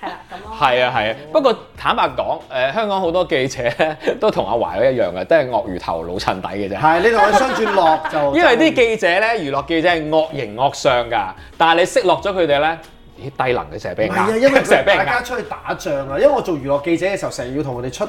D: 咁咯。
B: 係啊係啊，不過坦白講，誒、香港好多記者咧都同阿華一樣嘅，都係鱷魚頭老襯底嘅啫。
C: 係你同佢相轉落 就。
B: 因為啲記者咧，娛樂記者係惡形惡相㗎，但係你識落咗佢哋咧，咦低能嘅成日俾
C: 唔
B: 人
C: 係啊，
B: 呃，
C: 因 為
B: 成日俾
C: 大
B: 人
C: 家
B: 呃。
C: 出去打仗啊！因為我做娛樂記者嘅時候，成日要同佢哋出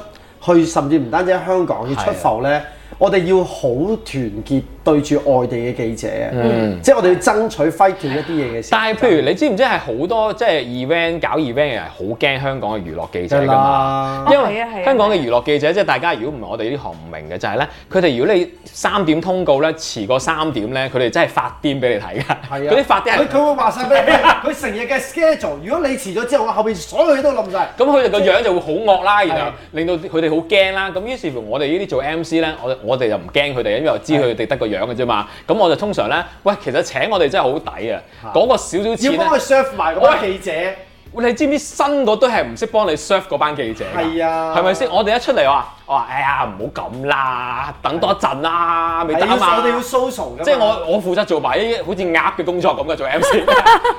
C: 去，甚至唔單止喺香港要出
B: 啊
C: 埠咧，我哋要好團結對住外地嘅記者啊！
B: 嗯
C: 即係我哋要爭取 fight 一啲嘢嘅時候。
B: 但係譬如你知唔知係好多即係 event 搞 event 嘅人係好驚香港嘅娛樂記者㗎
C: 真
B: 嘛？
C: 啦，
B: 因
D: 哦係啊係
B: 為
D: 啊
B: 香港嘅娛樂記者，即係大家如果唔係我哋呢行唔明嘅，就係咧，佢哋如果你三點通告咧，遲過三點咧，佢哋真係發癲俾你睇㗎。
C: 係啊
B: 嗰啲發癲係
C: 佢佢會話晒俾 你聽，佢成日嘅 schedule，如果你遲咗之後，我後邊所有嘢都冧晒。
B: 咁佢哋個樣就會好惡啦，然後
C: 係
B: 令到佢哋好驚啦。咁於是乎我哋呢啲做 MC 咧，我我哋就唔驚佢哋，因為我知佢哋得個樣嘅啫嘛。咁我就通常咧，喂，其實請我哋真係好抵啊！嗰個少少錢
C: 要幫佢
B: 咧，
C: serve 埋嗰班記者，
B: 你知唔知新嗰堆係唔識幫你 serve 嗰班記者㗎？
C: 係啊
B: 係咪先？我哋一出嚟我話，我話哎呀唔好咁啦，等多陣啦，未
C: 係
B: 得
C: 要
B: 啊嘛。
C: 我哋要 social 㗎。
B: 即係我我負責做埋呢啲好似鴨嘅工作咁嘅做 MC，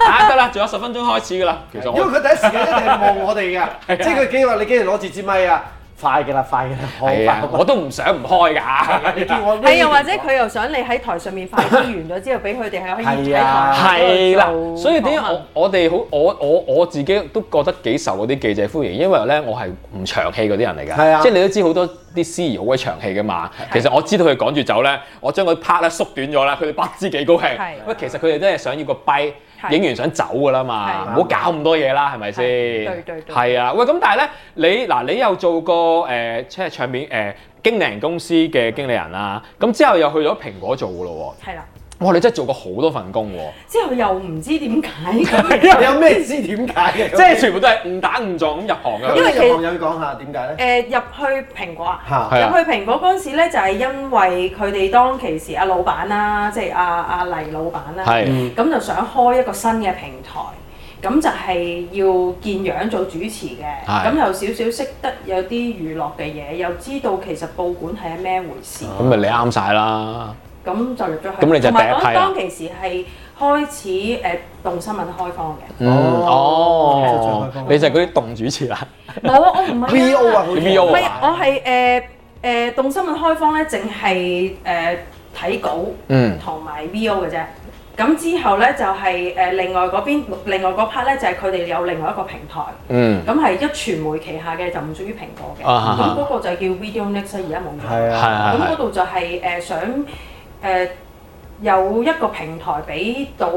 B: 啊 得啦，仲有十分鐘開始㗎啦。其實
C: 因為
B: 我啊
C: 佢第一時間一定係望我 哋㗎，即係佢幾時話你幾時攞住支咪啊？快㗎啦，快㗎啦，好
B: 係
C: 快
B: 啊
C: 好，快
B: 我都唔想唔開 㗎。
C: 你見我
D: 係又哎或者佢又想你喺台上面快啲完咗之後，俾佢哋係可以喺
C: 係啊
B: 係
D: 台
B: 啦
D: 上面，做
B: 所以點解
D: 訪問
B: 我我哋好我我我自己都覺得幾受嗰啲記者歡迎，因為咧我係唔長氣嗰啲人嚟
C: 係啊
B: 㗎，即係你都知好多啲司儀好鬼長氣㗎嘛。其實我知道佢趕住走咧，我將佢 part 咧縮短咗啦，佢哋不知幾高興
D: 係。
B: 喂，其實佢哋真係想要個跛，
D: 係
B: 影完想走㗎啦嘛，
D: 係
B: 唔好搞咁多嘢啦，係咪先？
D: 係對對對
B: 係啊，喂，咁但係咧，你嗱你又做過誒即係唱片誒經理人公司嘅經理人啦，咁之後又去咗蘋果做㗎咯
D: 係啦，
B: 喎，哇！你真係做過好多份工喎。
D: 之後又唔知 點解
C: 你
D: 咁
C: 有咩知點解嘅？
B: 即係全部都係誤打誤撞咁入行啊
C: 咁
B: 㗎。
D: 因為
C: 呢
D: 其
C: 個朋友要講下點解咧？
D: 誒呃入去蘋果啊。
C: 嚇
B: 係啊
D: 入去蘋果嗰陣時咧，就係因為佢哋當其時阿啊老闆啦，即係阿阿黎老闆啦，
B: 係
D: 咁就想開一個新嘅平台，咁就係要見樣做主持嘅，
B: 係
D: 咁有少少識得有啲娛樂嘅嘢，又知道其實報館係咩回事，
B: 咁咪你啱晒啦。
D: 咁就入咗去。
B: 哦咁你就
D: 同
B: 第
D: 埋
B: 一批啦
D: 講當其時係開始誒動新聞開放嘅，
B: 哦
C: 哦，
B: 你就係嗰啲動主持啦。
D: 冇啊，我唔係啊
C: VO 啊，好似
B: VO
D: 唔係
B: 啊
D: 我係誒誒動新聞開放咧，淨係誒睇稿
B: 嗯
D: 同埋 VO 嘅啫。咁之後咧就係、誒、另外嗰邊，另外嗰 part 咧就係佢哋有另外一個平台，
B: 嗯，
D: 咁係一傳媒旗下嘅，就唔屬於蘋果嘅。
B: 啊哈哈
D: 咁嗰個就叫 Video Next，而家冇咗。
C: 係
B: 係
C: 啊，
B: 係
D: 咁嗰
B: 係。
D: 度就係、誒、想誒、有一個平台俾到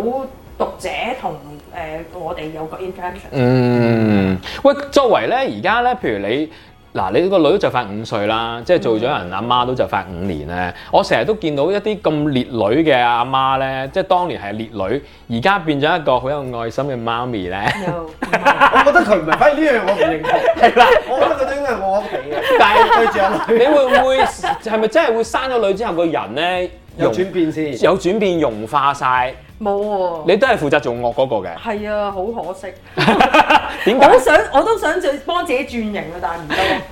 D: 讀者同誒、我哋有個 interaction。
B: 嗯，喂，作為咧，而家咧，譬如你。嗱，你個女都就快五歲啦，即係做咗人阿媽都就快五年咧。我成日都見到一啲咁烈女嘅阿媽咧，即係當年係烈女，而家變咗一個好有愛心嘅媽咪咧。
D: 又唔係
C: 我覺得佢唔係，反而呢樣我唔認同。
B: 係啦，
C: 我覺得佢都應該係我屋企 嘅，
B: 但係
C: 對住阿
B: 你
C: 女
B: 會唔會係咪真係會生咗女之後個人咧
C: 有轉變先。
B: 有轉變融化晒，
D: 冇喎。，
B: 你都係負責做樂嗰個嘅
D: 係啊，好可惜。
B: 點
D: 我都
B: 解？
D: 想，我都想再幫自己轉型啊，但係唔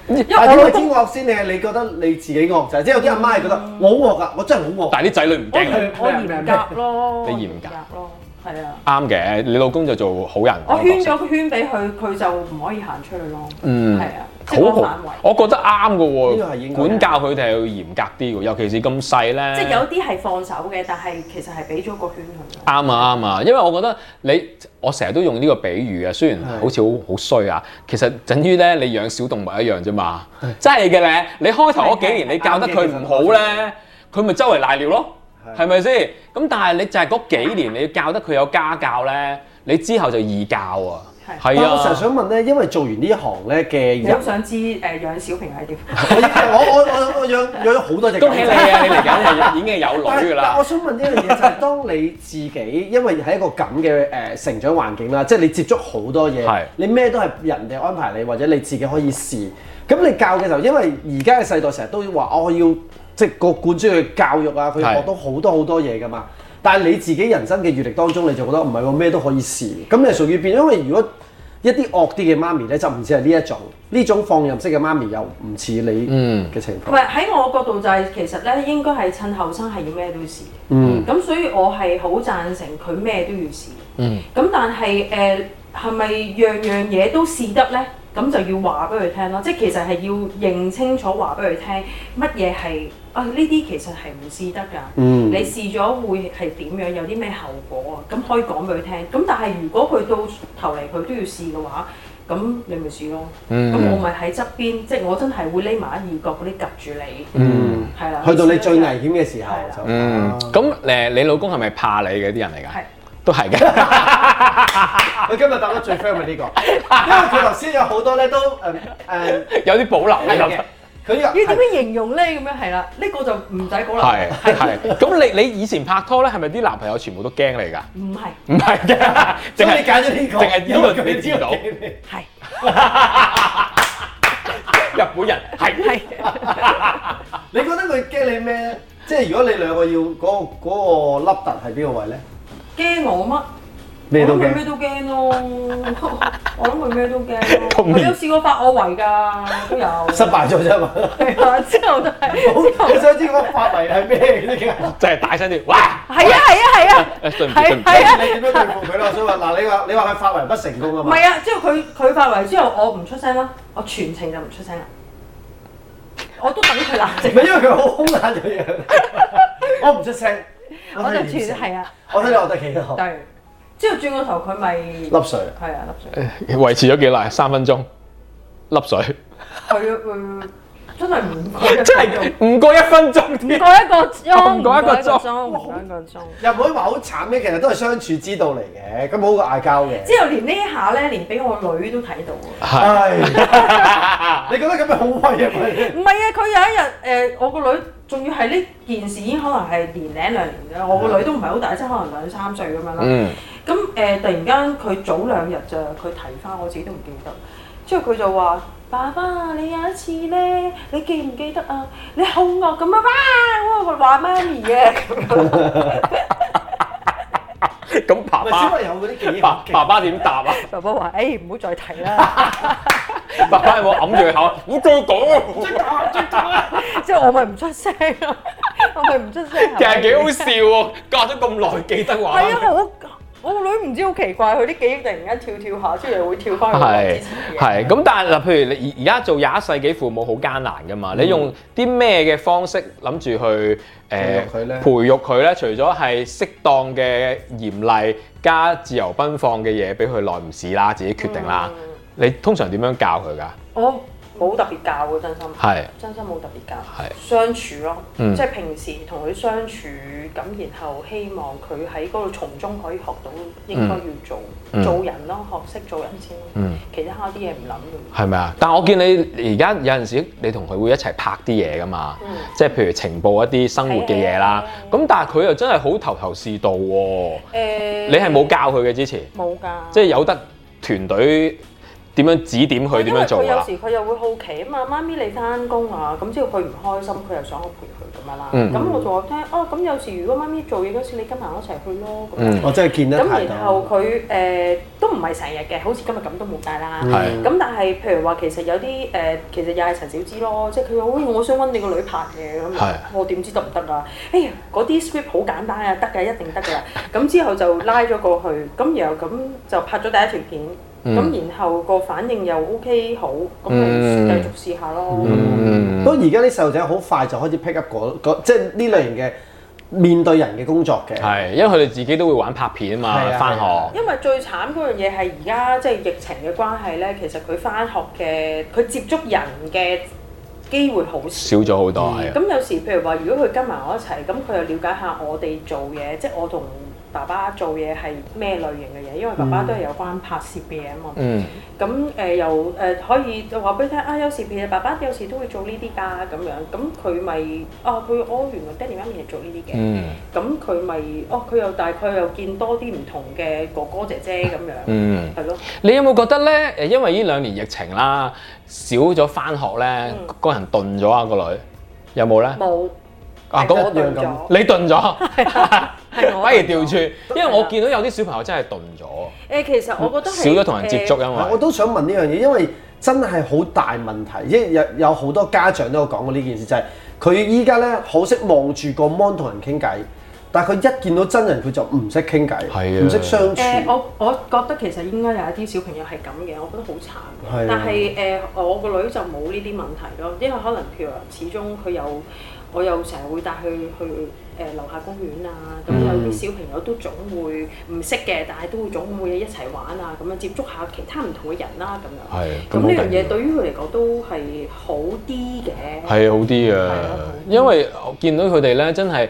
B: 嗯
D: 得。因為
C: 但係點為
D: 我老
C: 之
D: 公，
C: 惡先？你係你覺得你自己惡就係，即係有啲阿媽係覺得
B: 嗯
C: 我好惡㗎，我真係好惡。
B: 但係啲仔女唔
D: 我
B: 驚你
D: 嚴我嚴格
B: 啊
D: 咯，
B: 你嚴格
D: 咯，係啊。
B: 啱嘅，你老公就做好人。啊
D: 我圈咗個圈俾佢，佢就唔可以行出去咯。
B: 嗯
D: 係啊，即係
B: 好
D: 嗰個
B: 好
D: 範圍，。
B: 我覺得啱
C: 呢個係應
B: 嘅喎，
C: 該嘅
B: 管教佢哋係要嚴格啲嘅，尤其是咁細咧。
D: 即係有啲係放手嘅，但係其實係俾咗個圈佢咯。
B: 啱啊啱啊，因為我覺得你我成日都用呢個比喻啊，雖然
C: 係
B: 好似好好衰啊，其實等於咧你養小動物一樣啫嘛，真係嘅咧，你開頭嗰幾年
D: 係係
B: 你教得佢唔好咧，佢咪周圍賴尿咯，
C: 係
B: 係咪先？咁但係你就係嗰幾年你教得佢有家教咧，你之後就易教啊，
D: 係
B: 係
C: 但我成日
B: 啊，
C: 想問咧，因為做完呢一行咧嘅
D: 你
C: 人
D: 都，想知誒養小朋友係點？
C: 我我我我我養養咗好多隻狗。
B: 恭喜你啊！你嚟緊已經係有
C: 但
B: 女
C: 係
B: 㗎
C: 但係
B: 啦
C: 我，想問一樣嘢就係，當你自己因為喺一個咁嘅誒成長環境啦，即係你接觸好多
B: 係
C: 嘢，你咩都係人哋安排你，或者你自己可以試。咁你教嘅時候，因為而家嘅世代成日都要話，哦我要即係個灌輸佢教育啊，佢
B: 係
C: 學到好多好多嘢噶嘛。但係你自己人生嘅閲歷當中，你就覺得唔係喎，咩都可以試。咁你係屬於邊？因為如果一啲惡啲嘅媽咪咧，就唔似係呢一種，呢種放任式嘅媽咪又唔似你
B: 嗯
C: 嘅情況
D: 唔。係喺我角度就係、其實咧應該係趁後生係要咩都試。
C: 嗯，
D: 咁所以我係好贊成佢咩都要試。
B: 嗯。
D: 咁但係誒係咪樣樣嘢都試得呢？咁就要話俾佢聽咯，即係其實係要認清楚話俾佢聽乜嘢係啊呢啲其實係唔試得㗎。
C: 嗯
D: 你試咗會係點樣，有啲咩後果啊？咁可以講俾佢聽。咁但係如果佢到頭嚟佢都要試嘅話，咁你咪試咯。咁、
B: 嗯
D: 我咪喺側邊，即係我真係會匿埋喺二角嗰啲及住你。
C: 嗯，
D: 係啦。
C: 去到你最危
D: 係
C: 險嘅時候就
B: 嗯，咁誒你老公係咪怕你嘅啲人嚟㗎？都係嘅。
C: 佢今日答得最 fair 咪呢個，因為佢頭先有好多咧都誒誒
B: 有啲保留
C: 係
B: 嘅
C: 嘅。佢呢
D: 要點樣形容呢？咁樣係啦，呢、個就唔使講啦。
B: 係係。咁你你以前拍拖咧，係咪啲男朋友全部都驚你㗎？
D: 唔
B: 唔
D: 係
B: 係嘅，
C: 個，
B: 淨
C: 咁
B: 係
C: 你揀咗呢個，
B: 淨係呢個
C: 因為佢
B: 你知道
C: 驚你
D: 係
B: 日本人係
C: 你覺得佢驚你咩？即係如果你兩個要嗰個嗰個凹凸係邊個位咧？
D: 驚我乜？
C: 咩都
D: 我諗佢咩
C: 驚。
D: 都驚咯， 我諗佢咩都驚咯。
B: 同
D: 我
B: 年
D: 有試過發我圍㗎，都有。
C: 失敗咗啫嘛，
D: 係啊，之後都係，
C: 好
D: 之後
C: 好想知嗰個範圍係咩嚟㗎？
B: 就係大聲啲，哇！
D: 係啊係啊係啊，
B: 誒對唔住對唔
D: 係
B: 住
D: 係啊。
C: 你點樣對付佢咧？我想問嗱，你話你話佢發圍不成功啊
D: 唔
C: 嘛？
D: 係啊，之後佢佢發圍之後，我唔出聲啦，我全程就唔出聲啦。我都等佢冷
C: 唔
D: 靜，
C: 係因為佢好兇狠嘅樣，我唔出聲，
D: 我
C: 睇
D: 就
C: 你點
D: 全
C: 死
D: 係啊，
C: 我睇你我得幾多
D: 對。之後轉個頭佢咪係
C: 粒水？
D: 啊粒水，
B: 維持咗幾耐？三分鐘，粒水，
D: 佢佢真係唔覺得
B: 真係唔過一分鐘
D: 唔
B: 添。
D: 過一個鐘，
B: 唔過一個
D: 鐘，唔過一個鐘。
C: 又唔可以話好慘嘅，其實都係相處之道嚟嘅，咁好過嗌交嘅。
D: 之後連呢一下咧，連俾我女都睇到喎。
B: 係
C: 唉，你覺得咁樣好威啊？咪
D: 唔係啊，佢有一日誒、呃我個女仲要係呢件事已經可能係年零兩年啦。我個女都唔係好大，即係可能兩三歲咁樣啦。
B: 嗯，
D: 咁誒、呃突然間佢早兩日咋，佢提翻我自己都唔記得。之後佢就話：爸爸，你有一次咧，你記唔記得啊？你好惡咁啊！哇，我話媽咪啊！
B: 咁爸
C: 咪小
B: 爸
C: 朋友嗰啲幾
B: 爸爸爸點答啊？
D: 爸爸話：誒、哎唔好再提啦。
B: 爸爸有冇揞住佢口？唔再講，
D: 之後我咪唔出聲咯，我咪唔出聲。
B: 其實幾好笑喎！隔咗咁耐記得話
D: 係。啊，我我個女唔知好奇怪，佢啲記憶突然間跳跳下，之後又會跳翻去
B: 係
D: 之前嘅嘢。
B: 係咁，但係嗱，譬如你而而家做廿一世紀父母好艱難噶嘛，你用啲咩嘅方式諗住去誒、
C: 培育佢呢
B: 培育佢咧？除咗係適當嘅嚴厲加自由奔放嘅嘢俾佢耐唔時啦，自己決定啦。你通常點樣教佢㗎？
D: 我冇特別教嘅，真心
B: 係
D: 真心冇特別教，
B: 係
D: 相處咯，
B: 嗯
D: 即係平時同佢相處，咁然後希望佢喺嗰度從中可以學到應該要做、
B: 嗯
D: 做人咯，學識做人先咯，
B: 嗯
D: 其他啲嘢唔諗嘅。
B: 係咪啊？但我見你而家有陣時，你同佢會一齊拍啲嘢㗎嘛，
D: 嗯
B: 即係譬如情報一啲生活嘅嘢啦。咁但係佢又真係好頭頭是道喎、
D: 誒、
B: 你係冇教佢嘅之前。
D: 冇㗎？
B: 即係有得團隊點樣指點佢
D: 哦因
B: 點
D: 為
B: 樣做啊
D: 佢
B: 㗎
D: 有
B: 啦。
D: 時佢又會好奇啊嘛，媽咪你翻工啊，咁之後佢唔開心，佢又想我陪佢咁樣啦。
B: 嗯
D: 咁我就話聽，哦，咁有時如果媽咪做嘢嗰時，你跟埋我一齊去咯咁樣
B: 嗯。
C: 我真係見得太
D: 咁
C: 多。
D: 然後佢誒都唔係成日嘅，好似今日咁都冇帶啦。
B: 係
D: 咁但係譬如話，其實有啲誒，其實又係陳小芝咯，即係佢話：喂，我想揾你個女拍嘢咁
B: 係
D: 樣，我點知得唔得啊？哎呀，嗰啲 script 好簡單啊，得㗎，一定得㗎啦。咁之後就拉咗過去，咁然後咁就拍咗第一條片，咁然後個反應又 OK 好，咁
B: 嗯
D: 咪繼續試下咯。
B: 嗯，
C: 不過而家啲細路仔好快就開始 pick up 嗰嗰即係呢類型嘅面對人嘅工作嘅。
B: 係，因為佢哋自己都會玩拍片啊
C: 係
B: 嘛，
C: 啊
B: 翻學。
D: 因為最慘嗰樣嘢係而家即係疫情嘅關係咧，其實佢翻學嘅佢接觸人嘅機會好少。
B: 少咗好多係啊。
D: 咁有時譬如話，如果佢跟埋我一齊，咁佢又了解下我哋做嘢，即係我同爸爸做嘢係咩類型嘅嘢，因為爸爸都係有關拍攝嘅嘢啊嘛。
B: 嗯，
D: 咁誒、又誒、可以就話俾佢聽啊，有時譬如爸爸有時都會做呢啲㗎咁樣，咁佢咪哦佢哦原來爹哋媽咪係做呢啲嘅。
B: 嗯，
D: 咁佢咪哦，佢又大概又見多啲唔同嘅哥哥姐姐咁樣，
B: 嗯。
D: 係咯、
B: 你有冇覺得咧？誒，因為呢兩年疫情啦，少咗翻學咧，
D: 嗯
B: 個人頓咗啊個女，有冇咧？
D: 冇
B: 啊，
D: 係
B: 咁
D: 我
C: 樣
D: 頓
C: 咁
D: 咗，
B: 你頓咗，
D: 係 啊我
B: 反而
D: 頓
B: 調
D: 咗
B: 轉，因為我見到有啲小朋友真係頓咗，
D: 誒，其實我覺得係
B: 少咗同人接觸，啊因
C: 啊嗱，我
B: 為
C: 都想問呢樣嘢，因為真係好大問題，即係有有好多家長都有講過呢件事，就係佢依家咧好識望住個 mon 同人傾偈，但係佢一見到真人佢就唔識傾
B: 係
C: 偈，
B: 啊
C: 唔識相
D: 誒、
C: 處。
D: 呃我我覺得其實應該有一啲小朋友係咁嘅，我覺得好慘
C: 係啊
D: 嘅。但係誒、我個女就冇呢啲問題咯，因為可能譬如話始終佢有，我又成日會帶佢去誒、樓下公園啊，咁有啲小朋友都總會唔識嘅，但係都會總會一齊玩啊，咁樣接觸下其他唔同嘅人啦、咁樣。
B: 係
D: 咁呢樣
B: 對
D: 嘢對於佢嚟講都係好啲嘅。
B: 係好啲
D: 係
B: 啊
D: 啊，
B: 因為我見到佢哋咧真係。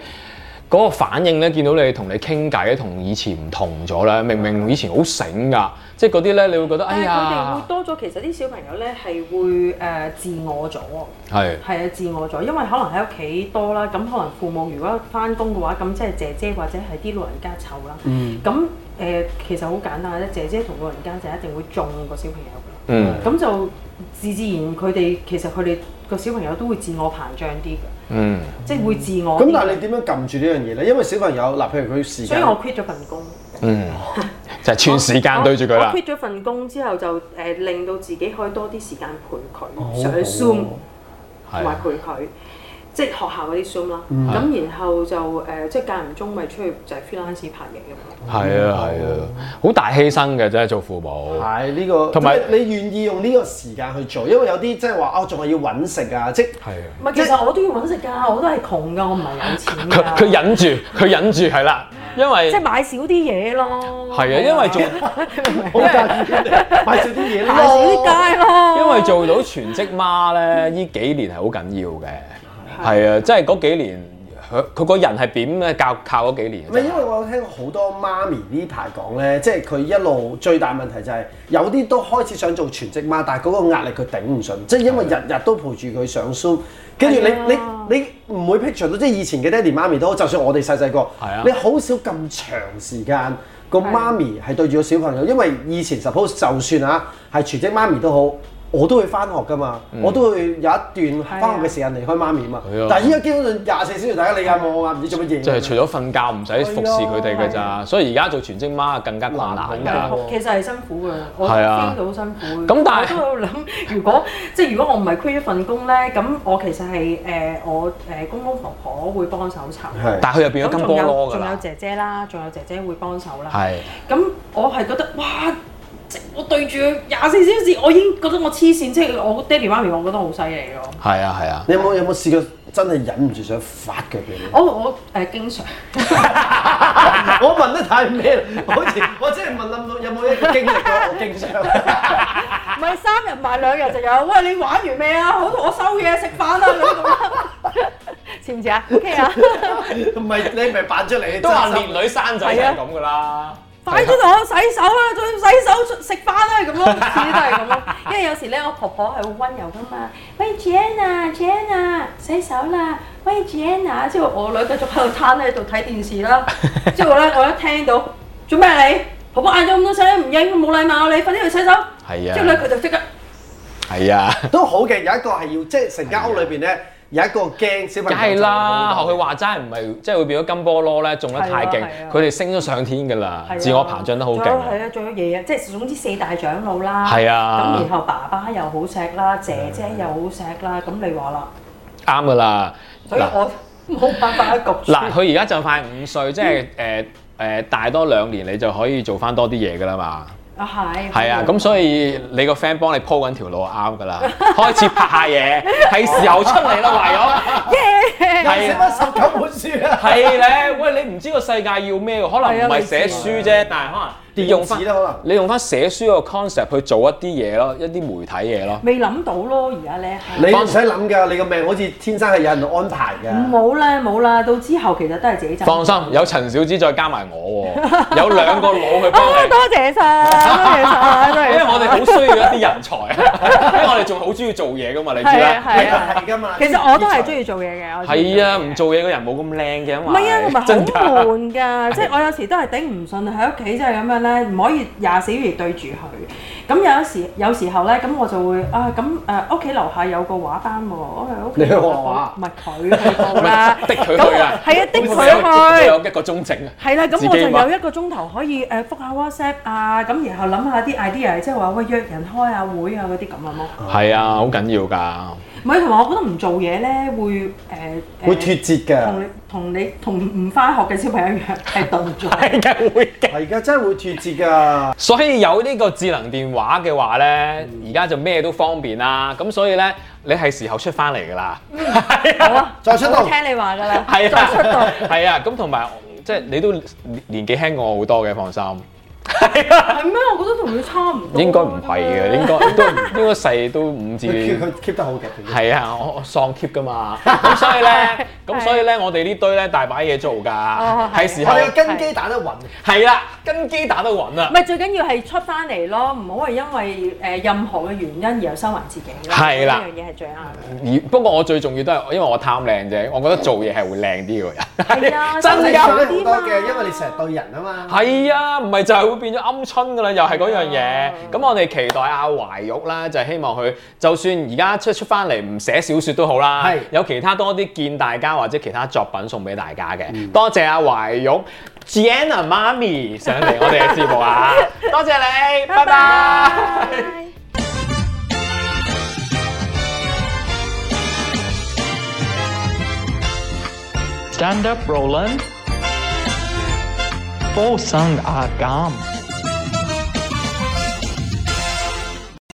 B: 嗰個反應咧，見到你同你傾偈，同以前唔同咗啦。明明以前好醒㗎，即係嗰啲咧，你會覺得哎
D: 嗯但係佢哋
B: 呀
D: 會，多咗，其實啲小朋友咧係會誒、自我咗啊。
B: 係
D: 係啊，自我咗，因為可能喺屋企多啦，咁可能父母如果翻工嘅話，咁即係姐姐或者係啲老人家湊啦。
C: 嗯，
D: 咁誒、其實好簡單嘅啫，姐姐同老人家就一定會中個小朋友㗎啦。
B: 嗯
D: 咁就自自然佢哋其實佢哋個小朋友都會自我膨脹啲嘅，
B: 嗯
D: 即係會自我啲嘅。
C: 咁但係你點樣撳住呢樣嘢咧？因為小朋友嗱，譬如佢時
D: 所以
C: 間，
D: 我 quit 咗份工。
B: 嗯，就係全時間對住佢啦
D: 我。quit 咗份工之後就誒、呃令到自己可以多啲時間陪佢、
B: 哦
C: 好
D: 上
C: 好
D: Zoom。
B: 係啊
D: 同
B: 嗯
D: 埋陪佢，即係學校嗰啲 Zoom 啦。咁、然後就誒、呃即係間唔中咪出去就係 freelance 拍嘢咁。
B: 係啊係啊，好大犧牲嘅真係做父母。
D: 啊
C: 係呢個，
B: 同埋
C: 即係你願意用呢個時間去做，因為有啲即係話啊，我仲係要揾食啊，即
B: 係啊。
D: 唔係，其實我都要揾食㗎，我都係窮㗎，我唔係有錢
B: 佢佢
D: 㗎。
B: 忍住，佢忍住係啦，因為
D: 即係買少啲嘢咯。
B: 係啊，因為做
C: 好介意人哋買少啲嘢
D: 買少
C: 咯。
D: 啲街咯。
B: 因為做到全職媽咧，
D: 嗯
B: 呢幾年係好緊要嘅，係啊，即係嗰幾年佢佢個人係點咧？教靠嗰幾年
C: 唔係，因為我聽好多媽咪呢排講咧，即係佢一路最大問題就係、有啲都開始想做全職媽，但係嗰個壓力佢頂唔順，即係因為日
B: 啊
C: 日都陪住佢上 Zoom，跟住你
D: 係啊
C: 你你唔會 picture 到，即係以前嘅爹哋媽咪都好，就算我哋細細個
B: 係啊，
C: 你好少咁長時間個媽咪係對住個小朋友，因為以前 suppose 就算啊係全職媽咪都好。我都會翻學噶嘛，我都會有一段翻學嘅時間離開媽咪嘛。
B: 嗯啊係啊
C: 但係依家基本上廿四小時，大家你眼望我啊眼，唔知做乜嘢。
B: 即係除咗瞓覺唔使服侍佢哋嘅
D: 哎
B: 咋，所以而家做全職媽更加困難
C: 難
B: 㗎
C: 好。
D: 哦其實係辛苦㗎，我
B: 啊係啊
D: feel 到辛苦嘅。
B: 咁但係
D: 我都有諗，如果即係如果我唔係 quit 一份工咧，咁我其實係誒、呃我誒、公公婆婆會幫手湊。
C: 係
B: 但係佢又變咗金
D: 咁
B: 菠蘿
D: 仲有
B: 㗎
D: 仲有
B: 啦，
D: 姐姐啦，仲有姐姐會幫手啦。
B: 係
D: 咁我係覺得哇！即我對住佢廿四小時，我已經覺得我黐線，即係我爹哋媽咪，我覺得好犀利咯。
B: 係啊係啊，
C: 你有冇有冇試過真係忍唔住想發佢俾你？
D: 我我誒、呃、經常
C: 我問得太咩啦？好似我真係問諗有冇一個經歷 過我經常。
D: 唔係三日埋兩日就有，喂你玩完未啊？好同我收嘢食飯啊咁樣，似唔似啊？OK 啊，
C: 唔係你咪扮出嚟，
B: 都話
C: 真
B: 烈
C: 心
B: 女生仔就係咁㗎啦。
D: 啊快啲同我洗手啦，仲要洗手出食飯啦咁咯，次次都係 咁咯。因為有時咧，我婆婆係好温柔噶嘛，喂 Jenna，Jenna 洗手啦，喂 Jenna，之後我女繼續喺度攤喺度睇電視啦。之後咧，我一聽到做咩啊你？婆婆嗌咗咁多聲唔應，冇禮貌你，快啲去洗手。
B: 係啊
D: 之後咧佢就即刻
B: 係 啊，
C: 都好嘅，有一個係要即係成間屋裏邊咧有一個驚小朋
B: 梗
C: 友。
B: 係啦，學佢話齋唔係即係會變咗金菠蘿咧，中得太勁
D: 係啊係啊，
B: 佢哋升咗上天㗎啦
D: 係啊，
B: 自我膨脹得好
D: 仲有
B: 勁。
D: 係啊，仲有爺爺，即係總之四大長老啦。
B: 係啊
D: 咁然後爸爸又好錫啦，姐姐又好錫啦，咁你話啦，
B: 啱㗎啦。
D: 所以
B: 嗱
D: 我冇辦法去焗住。
B: 嗱，佢而家就快五歲，即
D: 嗯
B: 係誒誒大多兩年，你就可以做翻多啲嘢㗎啦嘛。
D: 啊係。
B: 係啊，咁所以你個 friend 幫你鋪緊條路啱㗎啦， 開始拍下嘢，係時候出嚟啦，
D: 耶！
B: 懷咗。係
C: 寫
B: 啊
C: 翻十九本書 啊！
B: 係咧，喂，你唔知個世界要咩喎？可能唔
D: 啊
B: 係寫書啫，但係可能你用翻
C: 電子啦可能
B: 你用翻寫書個 concept 去做一啲嘢咯，一啲媒體嘢咯。
D: 未諗到咯，而家咧係
C: 你唔使諗㗎，你個命好似天生係有人安排㗎。
D: 冇啦冇啦，到之後其實都係自己賺。
B: 放心，有陳小芝再加埋我 喎，有兩個腦去幫
D: 啊！
B: 你
D: 多。謝晒，多謝晒，多
B: 因為
D: 謝晒。
B: 我哋好需要一啲人才， 因為我哋仲好中意做嘢噶嘛，你知
D: 係啊
B: 啦。
D: 係啊
C: 係㗎嘛
D: 其實我都係中意做嘢嘅。我鍾意
B: 係啊，
D: 嘢嘅
B: 唔做嘢個人冇咁靚嘅，因為
D: 唔係啊，同埋好
B: 真㗎。
D: 悶㗎，即係我有時都係頂唔順喺屋企就係咁樣咧，唔可以廿四小時對住佢。咁有時有時候咧，咁我就會啊咁誒屋企樓下有個畫班喎，我喺屋企
C: 你去學畫
D: 唔係佢去報啦，
B: 的佢去啊，
D: 係啊，的
B: 好
D: 佢
B: 少
D: 去
B: 有。一個鐘整啊。
D: 係啦，咁
B: 自己
D: 我就
B: 畫
D: 有一個鐘頭可以誒覆下 WhatsApp 啊，咁然後諗下啲 idea，即係話喂約人開下會啊嗰啲咁樣咯。
B: 係啊，好緊要㗎。
D: 唔係同埋我覺得唔做嘢咧會誒誒
C: 會脱節
D: 同
C: 㗎，
D: 你同你同唔翻學嘅小朋友一樣係凍咗。
B: 係嘅，會嘅。
C: 係㗎，真係會脱節㗎。
B: 所以有呢個智能電話嘅話咧，而家就咩都方便啦。咁所以咧，你係時候出翻嚟㗎啦。 係
D: 好啊，
C: 再出道
D: 我聽你話㗎啦，
B: 係
D: 再出道
B: 啊，係啊。咁同埋即係你都年年紀輕過我好多嘅，放心。係啊。
D: 係咩？我覺得同佢差唔多。
B: 應該唔係嘅，應該都 應該細都五至
C: 佢 keep 佢 keep 得好嘅。
B: 係啊，我我喪 keep 噶嘛，咁所 以咧，咁所以咧，我哋呢堆咧大把嘢做㗎，
D: 哦
B: 係時
C: 我
B: 候
C: 哋個根基打得穩，
B: 係啦，根基打得穩啦
D: 唔，係最緊要係出翻嚟咯，唔好係因為誒任何嘅原因而又收埋自己咯。
B: 係啦
D: 呢樣嘢係最啱嘅。
B: 而不過我最重要都係因為我貪靚啫，我覺得做嘢係會靚啲嘅人，
D: 係啊
B: 真
C: 你
B: 㗎
D: 真係
C: 想
D: 㗎
C: 好多嘅，因為你成日對人啊嘛。
B: 係啊，唔係就係會變咗鵪鶉㗎啦，又係嗰樣嘢。咁我哋期待阿懷玉啦，就係希望佢就算而家出出翻嚟唔寫小説都好啦
C: 係，
B: 有其他多啲見大家或者其他作品送俾大家嘅。多謝阿懷玉 Gianna 媽咪上嚟我哋嘅節目 啊！多謝你，拜拜。
A: Ah Stand up, Roland. Posang agam.